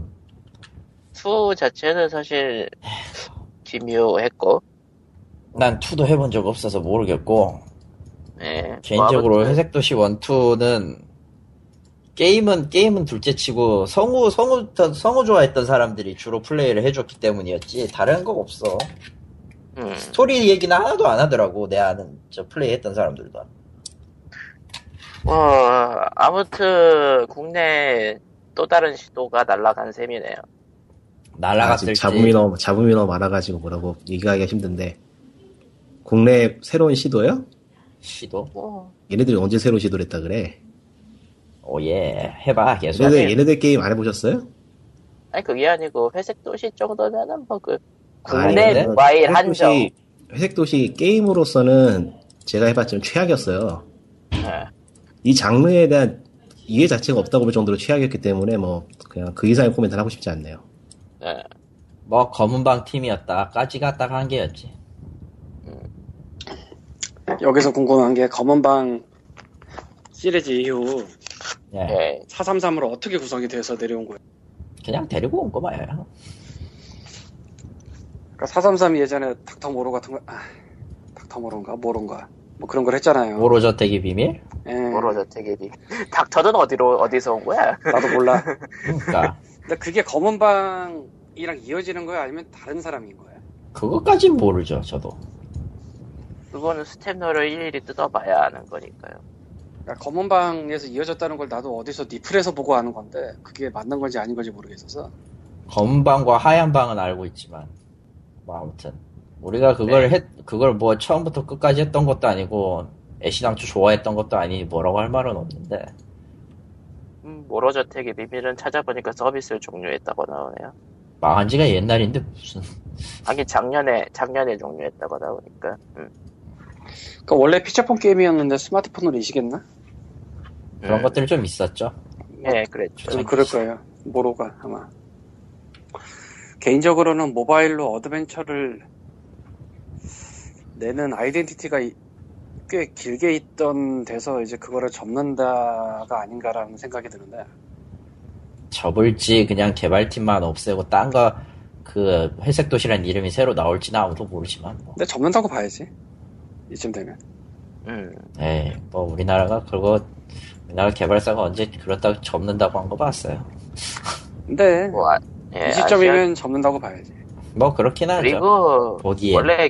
Speaker 1: 2 자체는 사실 기묘했고,
Speaker 2: 난 투도 해본 적 없어서 모르겠고
Speaker 1: 예.
Speaker 2: 개인적으로
Speaker 1: 뭐 아무튼
Speaker 2: 회색도시 1, 2는 게임은 게임은 둘째치고 성우 성우 성우 좋아했던 사람들이 주로 플레이를 해줬기 때문이었지 다른 거 없어
Speaker 1: 음,
Speaker 2: 스토리 얘기는 하나도 안 하더라고 내 아는 저 플레이했던 사람들도
Speaker 1: 뭐, 아무튼 국내 또 다른 시도가 날아간 셈이네요.
Speaker 5: 아직 잡음이
Speaker 2: 날라갔을지
Speaker 5: 너무 잡음이 너무 많아가지고 뭐라고 얘기하기가 힘든데 국내 새로운 시도요?
Speaker 2: 시도
Speaker 1: 뭐,
Speaker 5: 얘네들이 언제 새로운 시도를 했다 그래?
Speaker 2: 오예 해봐 계속
Speaker 5: 얘네들, 얘네들 게임 안 해보셨어요?
Speaker 1: 아니 그게 아니고 회색 도시 정도면은 뭐 그
Speaker 5: 아니,
Speaker 1: 국내
Speaker 2: 근데
Speaker 1: 모바일
Speaker 5: 회색도시-
Speaker 1: 한정.
Speaker 5: 회색도시 게임으로서는 제가 해봤지만 최악이었어요.
Speaker 1: 예.
Speaker 5: 이 장르에 대한 이해 자체가 없다고 볼 정도로 최악이었기 때문에 뭐 그냥 그 이상의 코멘트를 하고 싶지 않네요.
Speaker 1: 예.
Speaker 2: 뭐 검은방 팀이었다 까지 갔다가 한 개였지
Speaker 3: 여기서 궁금한 게 검은방 시리즈 이후
Speaker 2: 예.
Speaker 5: 네.
Speaker 1: 예.
Speaker 3: 433으로 어떻게 구성이 돼서 내려온 거예요?
Speaker 2: 그냥 데리고 온 거 마야
Speaker 3: 그러니까 433이 예전에 닥터 모로 같은 거 아, 닥터 모로인가 모로인가 뭐 그런 걸 했잖아요.
Speaker 2: 오로저택이 비밀?
Speaker 3: 예,
Speaker 1: 뭐로 저택이 닥터는 어디로 어디서 온 거야?
Speaker 3: 나도 몰라.
Speaker 2: 그러니까
Speaker 3: 근데 그게 검은방이랑 이어지는 거예요? 아니면 다른 사람인 거예요?
Speaker 2: 그것까진 모르죠 저도
Speaker 1: 그거는 스탭너를 일일이 뜯어봐야 하는 거니까요.
Speaker 3: 그러니까 검은방에서 이어졌다는 걸 나도 어디서 니플에서 보고 아는 건데 그게 맞는 건지 아닌 건지 모르겠어서
Speaker 2: 검은방과 하얀방은 알고 있지만 뭐 아무튼 우리가 그걸
Speaker 1: 네.
Speaker 2: 했 그걸 뭐 처음부터 끝까지 했던 것도 아니고 애시당초 좋아했던 것도 아니 뭐라고 할 말은 없는데
Speaker 1: 음, 모로 저택의 비밀은 찾아보니까 서비스를 종료했다고 나오네요.
Speaker 2: 망한 지가 옛날인데 무슨
Speaker 1: 아니 작년에 작년에 종료했다고 나오니까. 음.
Speaker 3: 그러니까 원래 피처폰 게임이었는데 스마트폰으로 이식했나?
Speaker 2: 그런
Speaker 1: 음.
Speaker 2: 것들이 그렇죠. 좀 있었죠
Speaker 1: 예, 그랬죠.
Speaker 3: 좀 그럴 거예요. 모로가 아마. 개인적으로는 모바일로 어드벤처를 내는 아이덴티티가 이- 꽤 길게 있던 데서 이제 그거를 접는다가 아닌가라는 생각이 드는데
Speaker 2: 접을지 그냥 개발팀만 없애고 딴 거 그 회색 도시란 이름이 새로 나올지는 아무도 모르지만 뭐.
Speaker 3: 근데 접는다고 봐야지 이쯤 되면
Speaker 1: 음.
Speaker 2: 에이 뭐 우리나라가 그거 우리나라 개발사가 언제 그렇다고 접는다고 한 거 봤어요
Speaker 3: 근데
Speaker 1: 뭐, 아, 예,
Speaker 3: 이 시점이면 접는다고 봐야지
Speaker 2: 뭐 그렇긴
Speaker 1: 아시아-
Speaker 2: 하죠
Speaker 1: 그리고
Speaker 2: 보기에
Speaker 1: 원래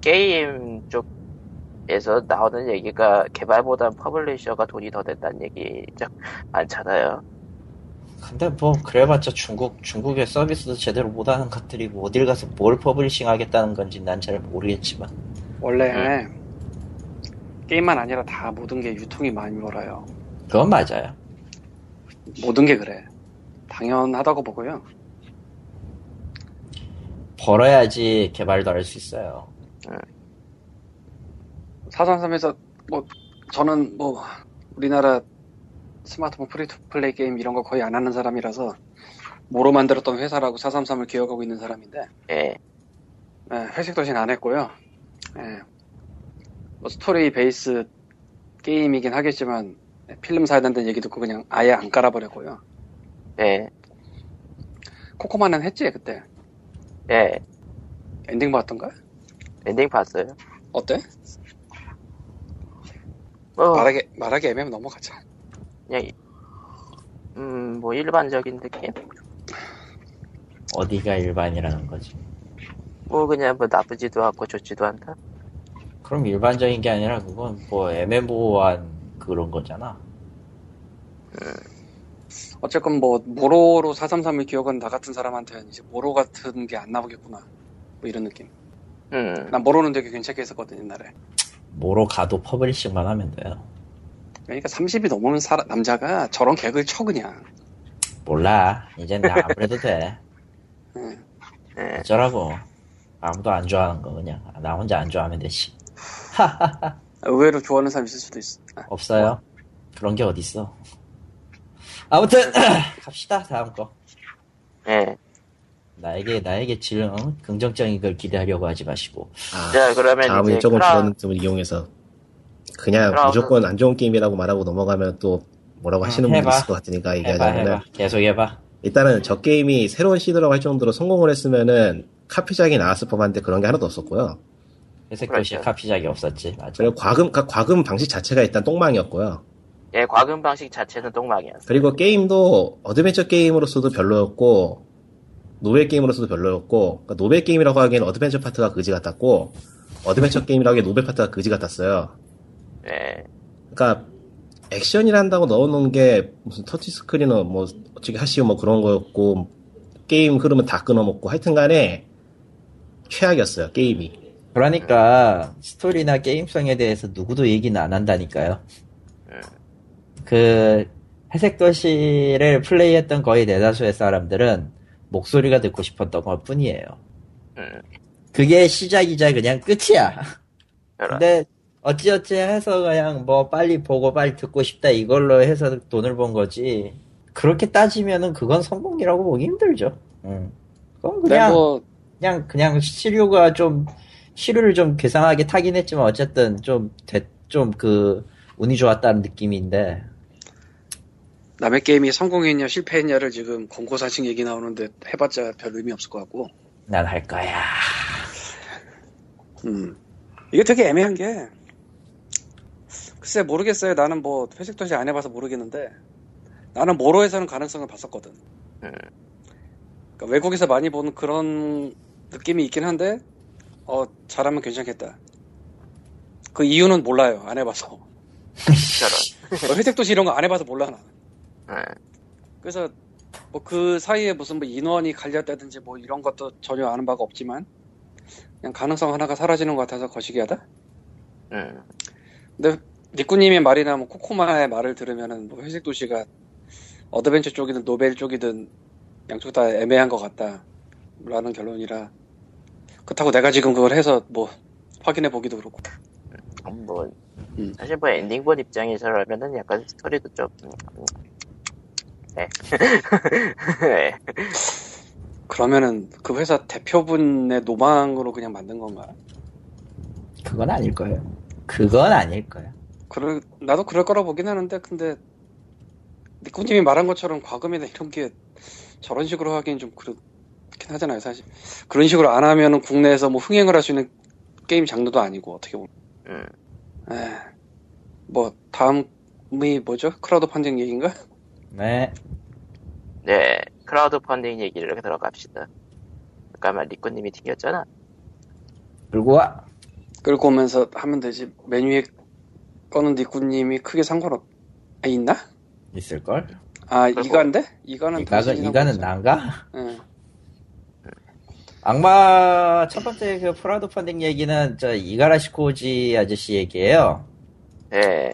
Speaker 1: 게임 쪽에서 나오는 얘기가 개발보단 퍼블리셔가 돈이 더 된다는 얘기 좀 많잖아요.
Speaker 2: 근데 뭐 그래봤자 중국 중국의 서비스도 제대로 못하는 것들이 뭐 어딜 가서 뭘 퍼블리싱 하겠다는 건지 난 잘 모르겠지만
Speaker 3: 원래
Speaker 1: 음.
Speaker 3: 게임만 아니라 다 모든 게 유통이 많이 멀어요
Speaker 2: 그건 맞아요
Speaker 3: 모든 게 그래 당연하다고 보고요
Speaker 2: 벌어야지 개발도 할 수 있어요
Speaker 3: 433에서 뭐 저는 뭐 우리나라 스마트폰 프리투플레이 게임 이런 거 거의 안 하는 사람이라서 모로 만들었던 회사라고 433을 기억하고 있는 사람인데
Speaker 1: 예.
Speaker 3: 예, 회색 도시는 안 했고요. 예. 뭐 스토리 베이스 게임이긴 하겠지만 예, 필름 사야 된다는 얘기 듣고 그냥 아예 안 깔아버렸고요.
Speaker 1: 예.
Speaker 3: 코코마는 했지 그때
Speaker 1: 예.
Speaker 3: 엔딩 봤던가?
Speaker 1: 엔딩 봤어요.
Speaker 3: 어때?
Speaker 1: 뭐,
Speaker 3: 말하기 말하기 애매하면 넘어가자.
Speaker 1: 그냥, 이- 음, 뭐, 일반적인 느낌?
Speaker 2: 어디가 일반이라는 거지
Speaker 1: 뭐, 그냥 뭐, 나쁘지도 않고 좋지도 않다?
Speaker 2: 그럼 일반적인 게 아니라 그건 뭐 MMO한 그런 거잖아
Speaker 3: 어쨌건 뭐 모로로 433을 기억은 나 같은 사람한테는 이제 모로 같은 게 안 나오겠구나. 뭐 이런 느낌.
Speaker 1: 음,
Speaker 3: 난 모로는 되게 괜찮게 했었거든 옛날에.
Speaker 2: 뭐로 가도 퍼블리싱만 하면 돼요
Speaker 3: 그러니까 30이 넘으면 사람- 남자가 저런 개그를 쳐 그냥.
Speaker 2: 몰라 이젠 나 아무래도 돼
Speaker 1: 예.
Speaker 2: 어쩌라고 아무도 안 좋아하는 거 그냥 나 혼자 안 좋아하면 되지
Speaker 3: 의외로 좋아하는 사람 있을 수도 있어. 아,
Speaker 2: 없어요. 그런 게 어딨어. 아무튼 갑시다 다음 거.
Speaker 1: 예.
Speaker 2: 나에게 나에게 질 어? 긍정적인 걸 기대하려고 하지 마시고
Speaker 5: 아,
Speaker 1: 자, 그러면
Speaker 5: 다음은
Speaker 1: 네, 이제
Speaker 5: 조금
Speaker 1: 크라-
Speaker 5: 그런 점을 이용해서 그냥
Speaker 1: 크라운-
Speaker 5: 무조건 안 좋은 게임이라고 말하고 넘어가면 또 뭐라고
Speaker 2: 응,
Speaker 5: 하시는 분이
Speaker 2: 해봐.
Speaker 5: 있을 것 같으니까
Speaker 2: 해봐
Speaker 5: 얘기하자면
Speaker 2: 해봐 계속 해봐
Speaker 5: 일단은 저 게임이 새로운 시도라고 할 정도로 성공을 했으면은 카피작이 나왔을 법한데 그런 게 하나도 없었고요.
Speaker 2: 회색
Speaker 1: 그렇죠.
Speaker 2: 도시에 카피작이 없었지 맞아
Speaker 5: 그리고 과금 가- 과금 방식 자체가 일단 똥망이었고요.
Speaker 1: 예, 과금 방식 자체는 똥망이었어.
Speaker 5: 그리고 게임도 어드벤처 게임으로서도 별로였고 노벨 게임으로서도 별로였고 그러니까 노벨 게임이라고 하기엔 어드벤처 파트가 그지 같았고 어드벤처 게임이라고 하기엔 노벨 파트가 그지 같았어요.
Speaker 1: 예.
Speaker 5: 그러니까 액션이라 한다고 넣어놓은 게 무슨 터치 스크린어 뭐 어떻게 하시오 뭐 그런 거였고 게임 흐름은 다 끊어먹고 하여튼간에 최악이었어요 게임이.
Speaker 2: 그러니까 스토리나 게임성에 대해서 누구도 얘기는 안 한다니까요.
Speaker 1: 음.
Speaker 2: 그 회색 도시를 플레이했던 거의 대다수의 사람들은 목소리가 듣고 싶었던 것 뿐이에요.
Speaker 1: 음.
Speaker 2: 그게 시작이자 그냥 끝이야.
Speaker 1: 그런.
Speaker 2: 근데 어찌어찌 해서 그냥 뭐 빨리 보고 빨리 듣고 싶다 이걸로 해서 돈을 번 거지. 그렇게 따지면은 그건 성공이라고 보기 힘들죠. 음. 그건
Speaker 3: 근데
Speaker 2: 그냥
Speaker 3: 뭐
Speaker 2: 그냥 그냥 시류가 좀 시류를 좀 괴상하게 타긴 했지만 어쨌든 좀좀그 운이 좋았다는 느낌인데
Speaker 3: 남의 게임이 성공했냐 실패했냐를 지금 권고사식 얘기 나오는데 해봤자 별 의미 없을 것 같고
Speaker 2: 난 할 거야.
Speaker 3: 음. 이게 되게 애매한 게 글쎄 모르겠어요. 나는 뭐 회색 도시 안 해봐서 모르겠는데 나는 모로에서는 가능성을 봤었거든. 그러니까 외국에서 많이 보는 그런 느낌이 있긴 한데 어 잘하면 괜찮겠다. 그 이유는 몰라요. 안 해봐서
Speaker 1: 저런.
Speaker 3: 뭐 회색 도시 이런 거 안 해봐서 몰라 나.
Speaker 1: 예.
Speaker 3: 그래서 뭐 그 사이에 무슨 뭐 인원이 갈렸다든지 뭐 이런 것도 전혀 아는 바가 없지만 그냥 가능성 하나가 사라지는 것 같아서 거시기하다.
Speaker 1: 음.
Speaker 3: 근데 니꾸님의 말이나 뭐 코코마의 말을 들으면은 뭐 회색 도시가 어드벤처 쪽이든 노벨 쪽이든 양쪽 다 애매한 것 같다라는 결론이라 그렇다고 내가 지금 그걸 해서 뭐 확인해 보기도 그렇고
Speaker 1: 뭐
Speaker 3: 음.
Speaker 1: 사실 뭐 엔딩 본 입장에서라면은 약간 스토리도 좀. 음, 네. 네.
Speaker 3: 그러면은 그 회사 대표분의 노망으로 그냥 만든 건가?
Speaker 2: 그건 아닐 거예요. 그건 아닐 거야.
Speaker 3: 그럴 나도 그럴 거라 보긴 하는데 근데 니꾸님이 말한 것처럼 과금이나 이런 게 저런 식으로 하기엔 좀 그렇긴 하잖아요 사실 그런 식으로 안 하면은 국내에서 뭐 흥행을 할 수 있는 게임 장르도 아니고 어떻게 보면
Speaker 1: 음.
Speaker 3: 에, 뭐 다음이 뭐죠? 크라우드 펀딩 얘기인가?
Speaker 2: 네.
Speaker 1: 네. 크라우드 펀딩 얘기를 들어갑시다. 잠깐만 리코님이 튕겼잖아.
Speaker 2: 그리고 와.
Speaker 3: 끌고 오면서 하면 되지 메뉴에 꺼는 니꾸님이 크게 상관없 아, 있나?
Speaker 2: 있을 걸.
Speaker 3: 아
Speaker 1: 끌고-
Speaker 3: 이간데? 이간은
Speaker 2: 이가는
Speaker 3: 당신이
Speaker 2: 이가는
Speaker 3: 상관없어.
Speaker 2: 난가?
Speaker 3: 예.
Speaker 2: 악마 첫 번째 그 프라우드 펀딩 얘기는 저 이가라시 코지 아저씨 얘기예요.
Speaker 1: 네.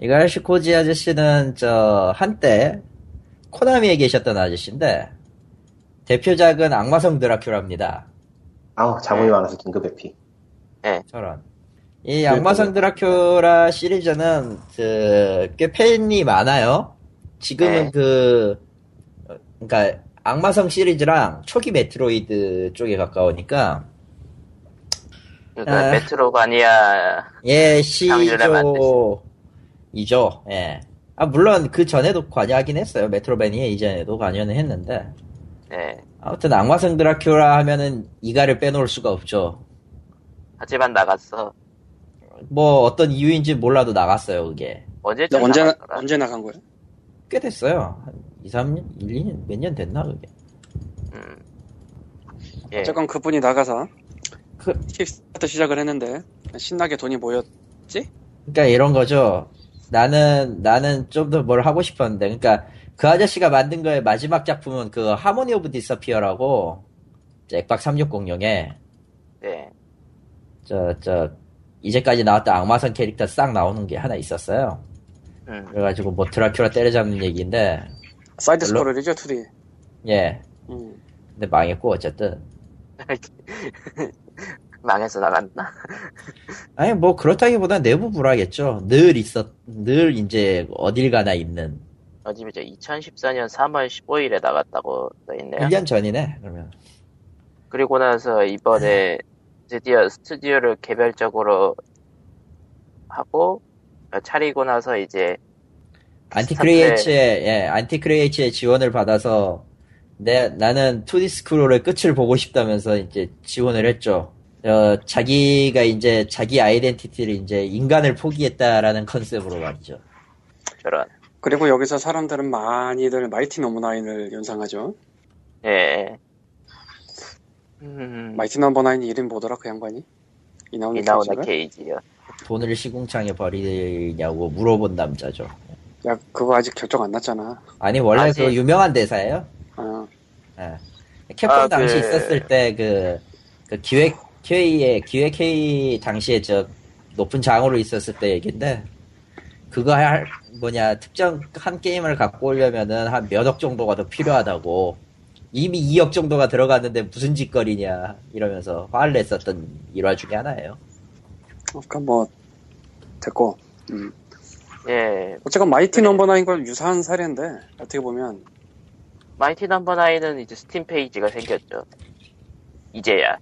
Speaker 2: 이가라시 코지 아저씨는 저 한때 코나미에 계셨던 아저씨인데 대표작은 악마성 드라큘라입니다.
Speaker 5: 아우 자본이 많아서 긴급 회피.
Speaker 2: 저런. 이 악마성 드라큘라 시리즈는 그, 꽤 팬이 많아요. 지금은
Speaker 1: 네.
Speaker 2: 그 어, 그러니까 악마성 시리즈랑 초기 메트로이드 쪽에 가까우니까
Speaker 1: 그러니까
Speaker 2: 아.
Speaker 1: 메트로가니아
Speaker 2: 예,
Speaker 1: 당일날
Speaker 2: 시조, 이죠, 예. 아, 물론 그 전에도 관여하긴 했어요. 메트로베니에 이전에도 관여는 했는데.
Speaker 1: 네.
Speaker 2: 아무튼 악마성 드라큘라 하면은 이가를 빼놓을 수가 없죠.
Speaker 1: 하지만 나갔어.
Speaker 2: 뭐 어떤 이유인지 몰라도 나갔어요, 그게.
Speaker 1: 언제쯤
Speaker 3: 나 언제, 나,
Speaker 1: 나갔더라?
Speaker 3: 언제 나간 거야?
Speaker 2: 꽤 됐어요. 한 2, 3년, 1, 2년, 몇 년 됐나, 그게.
Speaker 1: 음. 예.
Speaker 3: 어쨌건 그분이 나가서
Speaker 2: 그,
Speaker 3: 킥스타터 시작을 했는데 신나게 돈이 모였지?
Speaker 2: 그러니까 이런 거죠. 나는 나는 좀 더 뭘 하고 싶었는데, 그러니까 그 아저씨가 만든 거의 마지막 작품은 그 하모니 오브 디서피어라고 액박 360용에
Speaker 1: 네.
Speaker 2: 저 저 이제까지 나왔던 악마선 캐릭터 싹 나오는 게 하나 있었어요.
Speaker 1: 음.
Speaker 2: 그래가지고 뭐 드라큘라 때려잡는 얘기인데,
Speaker 3: 사이드
Speaker 2: 별로-
Speaker 3: 스토리죠 2D.
Speaker 2: 예,
Speaker 3: 음.
Speaker 2: 근데 망했고 어쨌든.
Speaker 1: 망해서 나갔나?
Speaker 2: 아니 뭐 그렇다기보다 내부 불화겠죠. 늘 있었, 늘 이제 어딜 가나 있는
Speaker 1: 어집이죠 2014년 3월 15일에 나갔다고 써있네요.
Speaker 2: 1년 전이네, 그러면.
Speaker 1: 그리고 나서 이번에 드디어 스튜디오를 개별적으로 하고 어, 차리고 나서 이제
Speaker 2: 안티크리에이츠의, 예, 안티크리에이츠의 지원을 받아서, 내, 나는 2D 스크롤의 끝을 보고 싶다면서 이제 지원을 했죠. 어, 자기가 이제 자기 아이덴티티를 이제 인간을 포기했다라는 컨셉으로 말이죠.
Speaker 1: 저런
Speaker 3: 그리고 여기서 사람들은 많이들 마이티 넘버나인을 연상하죠.
Speaker 1: 예. 음,
Speaker 3: 마이티 넘버나인이 이름 뭐더라 그 양반이? 이나오는
Speaker 1: 이나오나
Speaker 3: 케이지가?
Speaker 1: 케이지요.
Speaker 2: 돈을 시궁창에 버리냐고 물어본 남자죠.
Speaker 3: 야 그거 아직 결정 안 났잖아.
Speaker 2: 아니, 원래
Speaker 1: 아직- 네.
Speaker 2: 그 유명한 대사예요.
Speaker 3: 아,
Speaker 2: 예. 캡콤
Speaker 1: 아, 그-
Speaker 2: 당시 있었을 때 그, 그 기획 회의에 기획 회의 당시에 저 높은 장으로 있었을 때 얘긴데 그거 할 뭐냐 특정 한 게임을 갖고 오려면은 한 몇 억 정도가 더 필요하다고 이미 2억 정도가 들어갔는데 무슨 짓거리냐 이러면서 화를 냈었던 일화 중에 하나예요.
Speaker 3: 그러니까 뭐 됐고. 음.
Speaker 1: 예.
Speaker 3: 어쨌건 마이티 넘버나인과 유사한 사례인데 어떻게 보면
Speaker 1: 마이티 넘버 나인은 이제 스팀 페이지가 생겼죠. 이제야.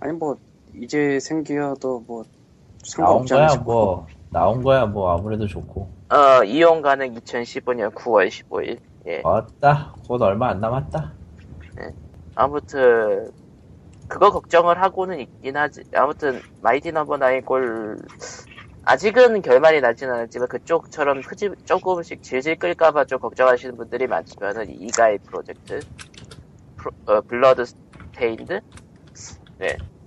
Speaker 3: 아니 뭐 이제 생겨도 뭐
Speaker 2: 나온
Speaker 3: 상관없지
Speaker 2: 거야
Speaker 3: 않으실
Speaker 2: 뭐 나온 거야 뭐 아무래도 좋고
Speaker 1: 어, 이용 가능 2015년 9월 15일. 예.
Speaker 2: 왔다 곧 얼마 안 남았다.
Speaker 1: 아무튼 그거 걱정을 하고는 있긴 하지. 아무튼 마이티 넘버 나인 골 아직은 결말이 나진 않았지만 그쪽처럼 흐지, 조금씩 질질 끌까봐 좀 걱정하시는 분들이 많지만은 이가의 프로젝트 프로- 어, 블러드 스테인드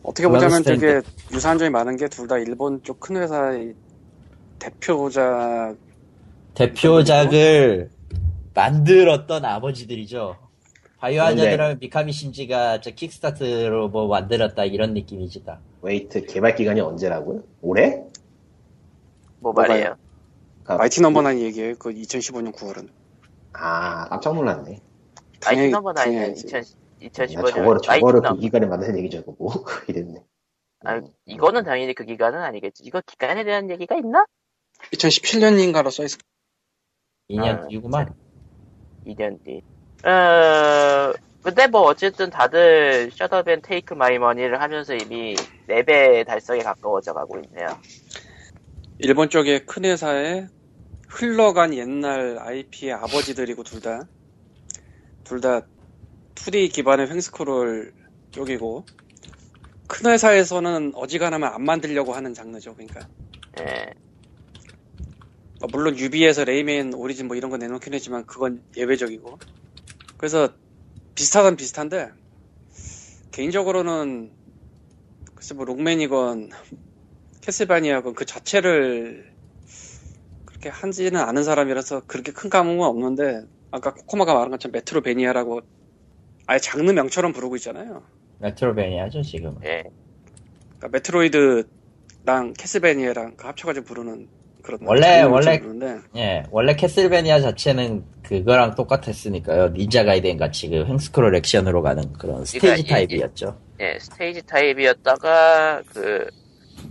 Speaker 3: 어떻게 보자면
Speaker 2: 블라디스테인
Speaker 3: 되게 유사한 점이 많은 게 둘 다 일본 쪽 큰 회사의 대표자
Speaker 2: 대표작을 만들었던 아버지들이죠. 바이오
Speaker 5: 근데-
Speaker 2: 하자드라면 미카미 신지가 저 킥스타트로 뭐 만들었다 이런 느낌이지 다.
Speaker 5: 웨이트 개발 기간이 언제라고요? 올해?
Speaker 1: 모바일이에요.
Speaker 5: 아,
Speaker 3: 마이티 넘버나인 얘기예요. 그 2015년 9월은
Speaker 5: 아 깜짝 놀랐네.
Speaker 1: 마이티 넘버 나인은
Speaker 3: 당연히
Speaker 1: 2000,
Speaker 4: 아,
Speaker 5: 야, 저거를
Speaker 1: 2015년 마이티
Speaker 5: 저거를 그
Speaker 1: 넘버
Speaker 5: 기간에 만든 얘기죠,
Speaker 4: 뭐.
Speaker 5: 그거. 이랬네.
Speaker 1: 아, 이거는 당연히 그 기간은 아니겠지. 이거 기간에 대한 얘기가 있나?
Speaker 3: 2017년인가로 써있어.
Speaker 2: 2년
Speaker 1: 아,
Speaker 2: 뒤구만.
Speaker 1: 2년 뒤. 어, 근데 뭐 어쨌든 다들 셔더 밴 테이크 마이 머니를 하면서 이미 4배 달성에 가까워져 가고 있네요.
Speaker 3: 일본 쪽의 큰 회사의 흘러간 옛날 IP의 아버지들이고 둘 다. 둘 다 2D 기반의 횡스크롤 쪽이고 큰 회사에서는 어지간하면 안 만들려고 하는 장르죠. 그러니까
Speaker 1: 예.
Speaker 3: 어, 물론 유비에서 레이맨 오리진 뭐 이런 거 내놓긴 했지만 그건 예외적이고 그래서 비슷하단 비슷한데 개인적으로는 글쎄 뭐 롱맨이건 캐슬바니아건 그 자체를 그렇게 한지는 않은 사람이라서 그렇게 큰 감흥은 없는데 아까 코코마가 말한 것처럼 메트로베니아라고 아예 장르명처럼 부르고 있잖아요
Speaker 2: 메트로베니아죠 지금.
Speaker 1: 예.
Speaker 3: 그러니까 메트로이드랑 캐슬베니아랑 그 합쳐가지고 부르는 그런
Speaker 2: 원래-
Speaker 3: 장르명처럼
Speaker 2: 원래
Speaker 3: 부르는데
Speaker 2: 예, 원래 캐슬베니아 자체는 그거랑 똑같았으니까요. 닌자 가이덴 같이 그 횡스크롤 액션으로 가는 그런 스테이지
Speaker 1: 그러니까 이-
Speaker 2: 타입이었죠.
Speaker 1: 예, 스테이지 타입이었다가 그,